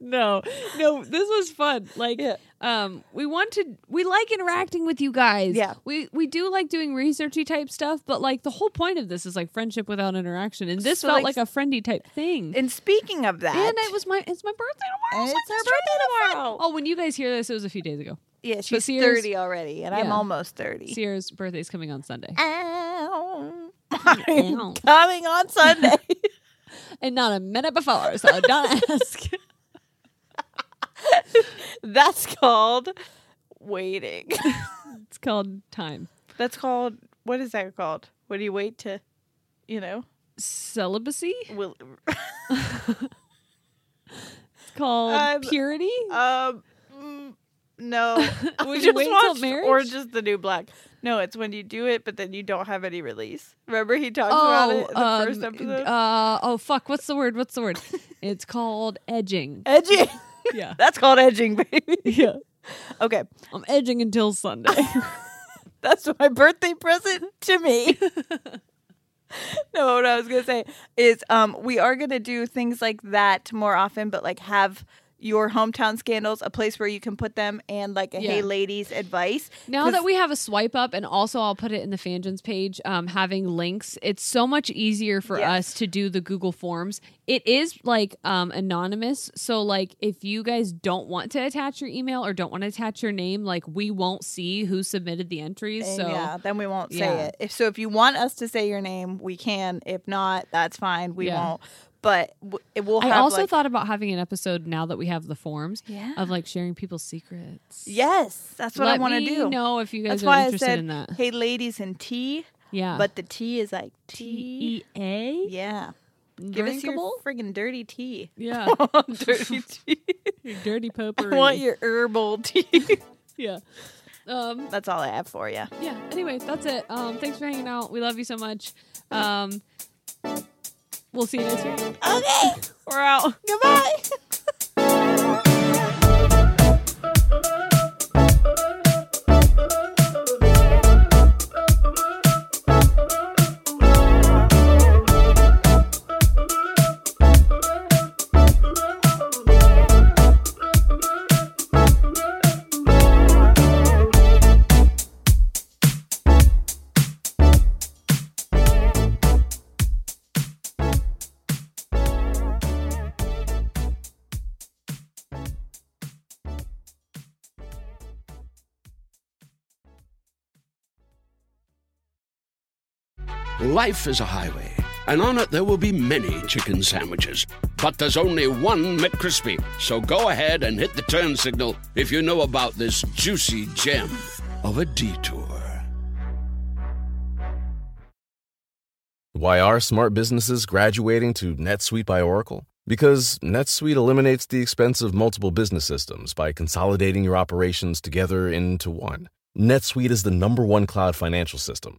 no, no, this was fun. Like, um, we want to, we like interacting with you guys.
Yeah.
we we do like doing researchy type stuff, but like the whole point of this is like friendship without interaction, and this
So,
felt
like-
like, a friendly type thing.
And speaking of that,
and it was "Oh, my it's my birthday tomorrow. so
It's
I'm
her
just trying to
birthday
have fun.
tomorrow.
Oh, when you guys hear this, it was a few days (laughs) ago.
yeah, she's
Sears-
thirty already, and I'm
Yeah.
almost thirty.
Sierra's birthday's coming on Sunday,
Ow.
(laughs) Ow.
I'm coming on Sunday.
(laughs) (laughs) and not a minute before, so (laughs) don't ask.
That's called waiting. (laughs)
It's called time
That's called what is that called? What do you wait to, you know?
celibacy.
Will,
It's called
I'm-
purity.
um, mm, no.
(laughs)
I
Would you
just
wait till
watched
marriage?
Orange is the New Black. No, it's when you do it, but then you don't have any release. Remember he talks about it in the
um,
first episode.
Uh, oh fuck! What's the word? What's the (laughs) word? it's called edging.
(laughs) edging.
Yeah,
That's called edging, baby.
(laughs) yeah.
Okay,
I'm edging until (laughs) Sunday.
that's my birthday present to
(laughs)
me. no, what I was gonna say is, um, we are gonna do things like that more often, but like have your hometown scandals a place where you can put them and like a hey
Yeah.
ladies advice.
now
'Cause-
that we have a swipe up, and also I'll put it in the Fangens page. Um, having links, it's so much easier for
Yes.
us to do the Google Forms. It is like um anonymous, so like if you guys don't want to attach your email or don't want to attach your name, like we won't see who submitted the entries.
And
so
yeah, then we won't say
yeah.
it. If so, if you want us to say your name, we can. If not, that's fine. We
Yeah.
won't. But w- it will. Have,
I also
like-
thought about having an episode now that we have the forms
Yeah.
of like sharing people's secrets.
Yes, that's what
Let
I want to
me
do.
know if you guys
that's
are
why I
interested
said,
in that.
"Hey, ladies and tea,"
Yeah.
but the tea is like tea.
T E A
Yeah, give us your
drinkable.
friggin' dirty tea.
Yeah.
(laughs) dirty
(laughs)
tea.
your dirty
(laughs) I
potpourri.
want your herbal tea.
yeah. Um
that's all I have for you.
yeah, anyway, that's it. Um thanks for hanging out. We love you so much. Um We'll see you next week.
Okay, we're out. Goodbye.
Life is a highway, and on it there will be many chicken sandwiches. But there's only one McCrispy. So go ahead and hit the turn signal if you know about this juicy gem of a detour.
Why are smart businesses graduating to NetSuite by Oracle? Because NetSuite eliminates the expense of multiple business systems by consolidating your operations together into one. NetSuite is the number one cloud financial system,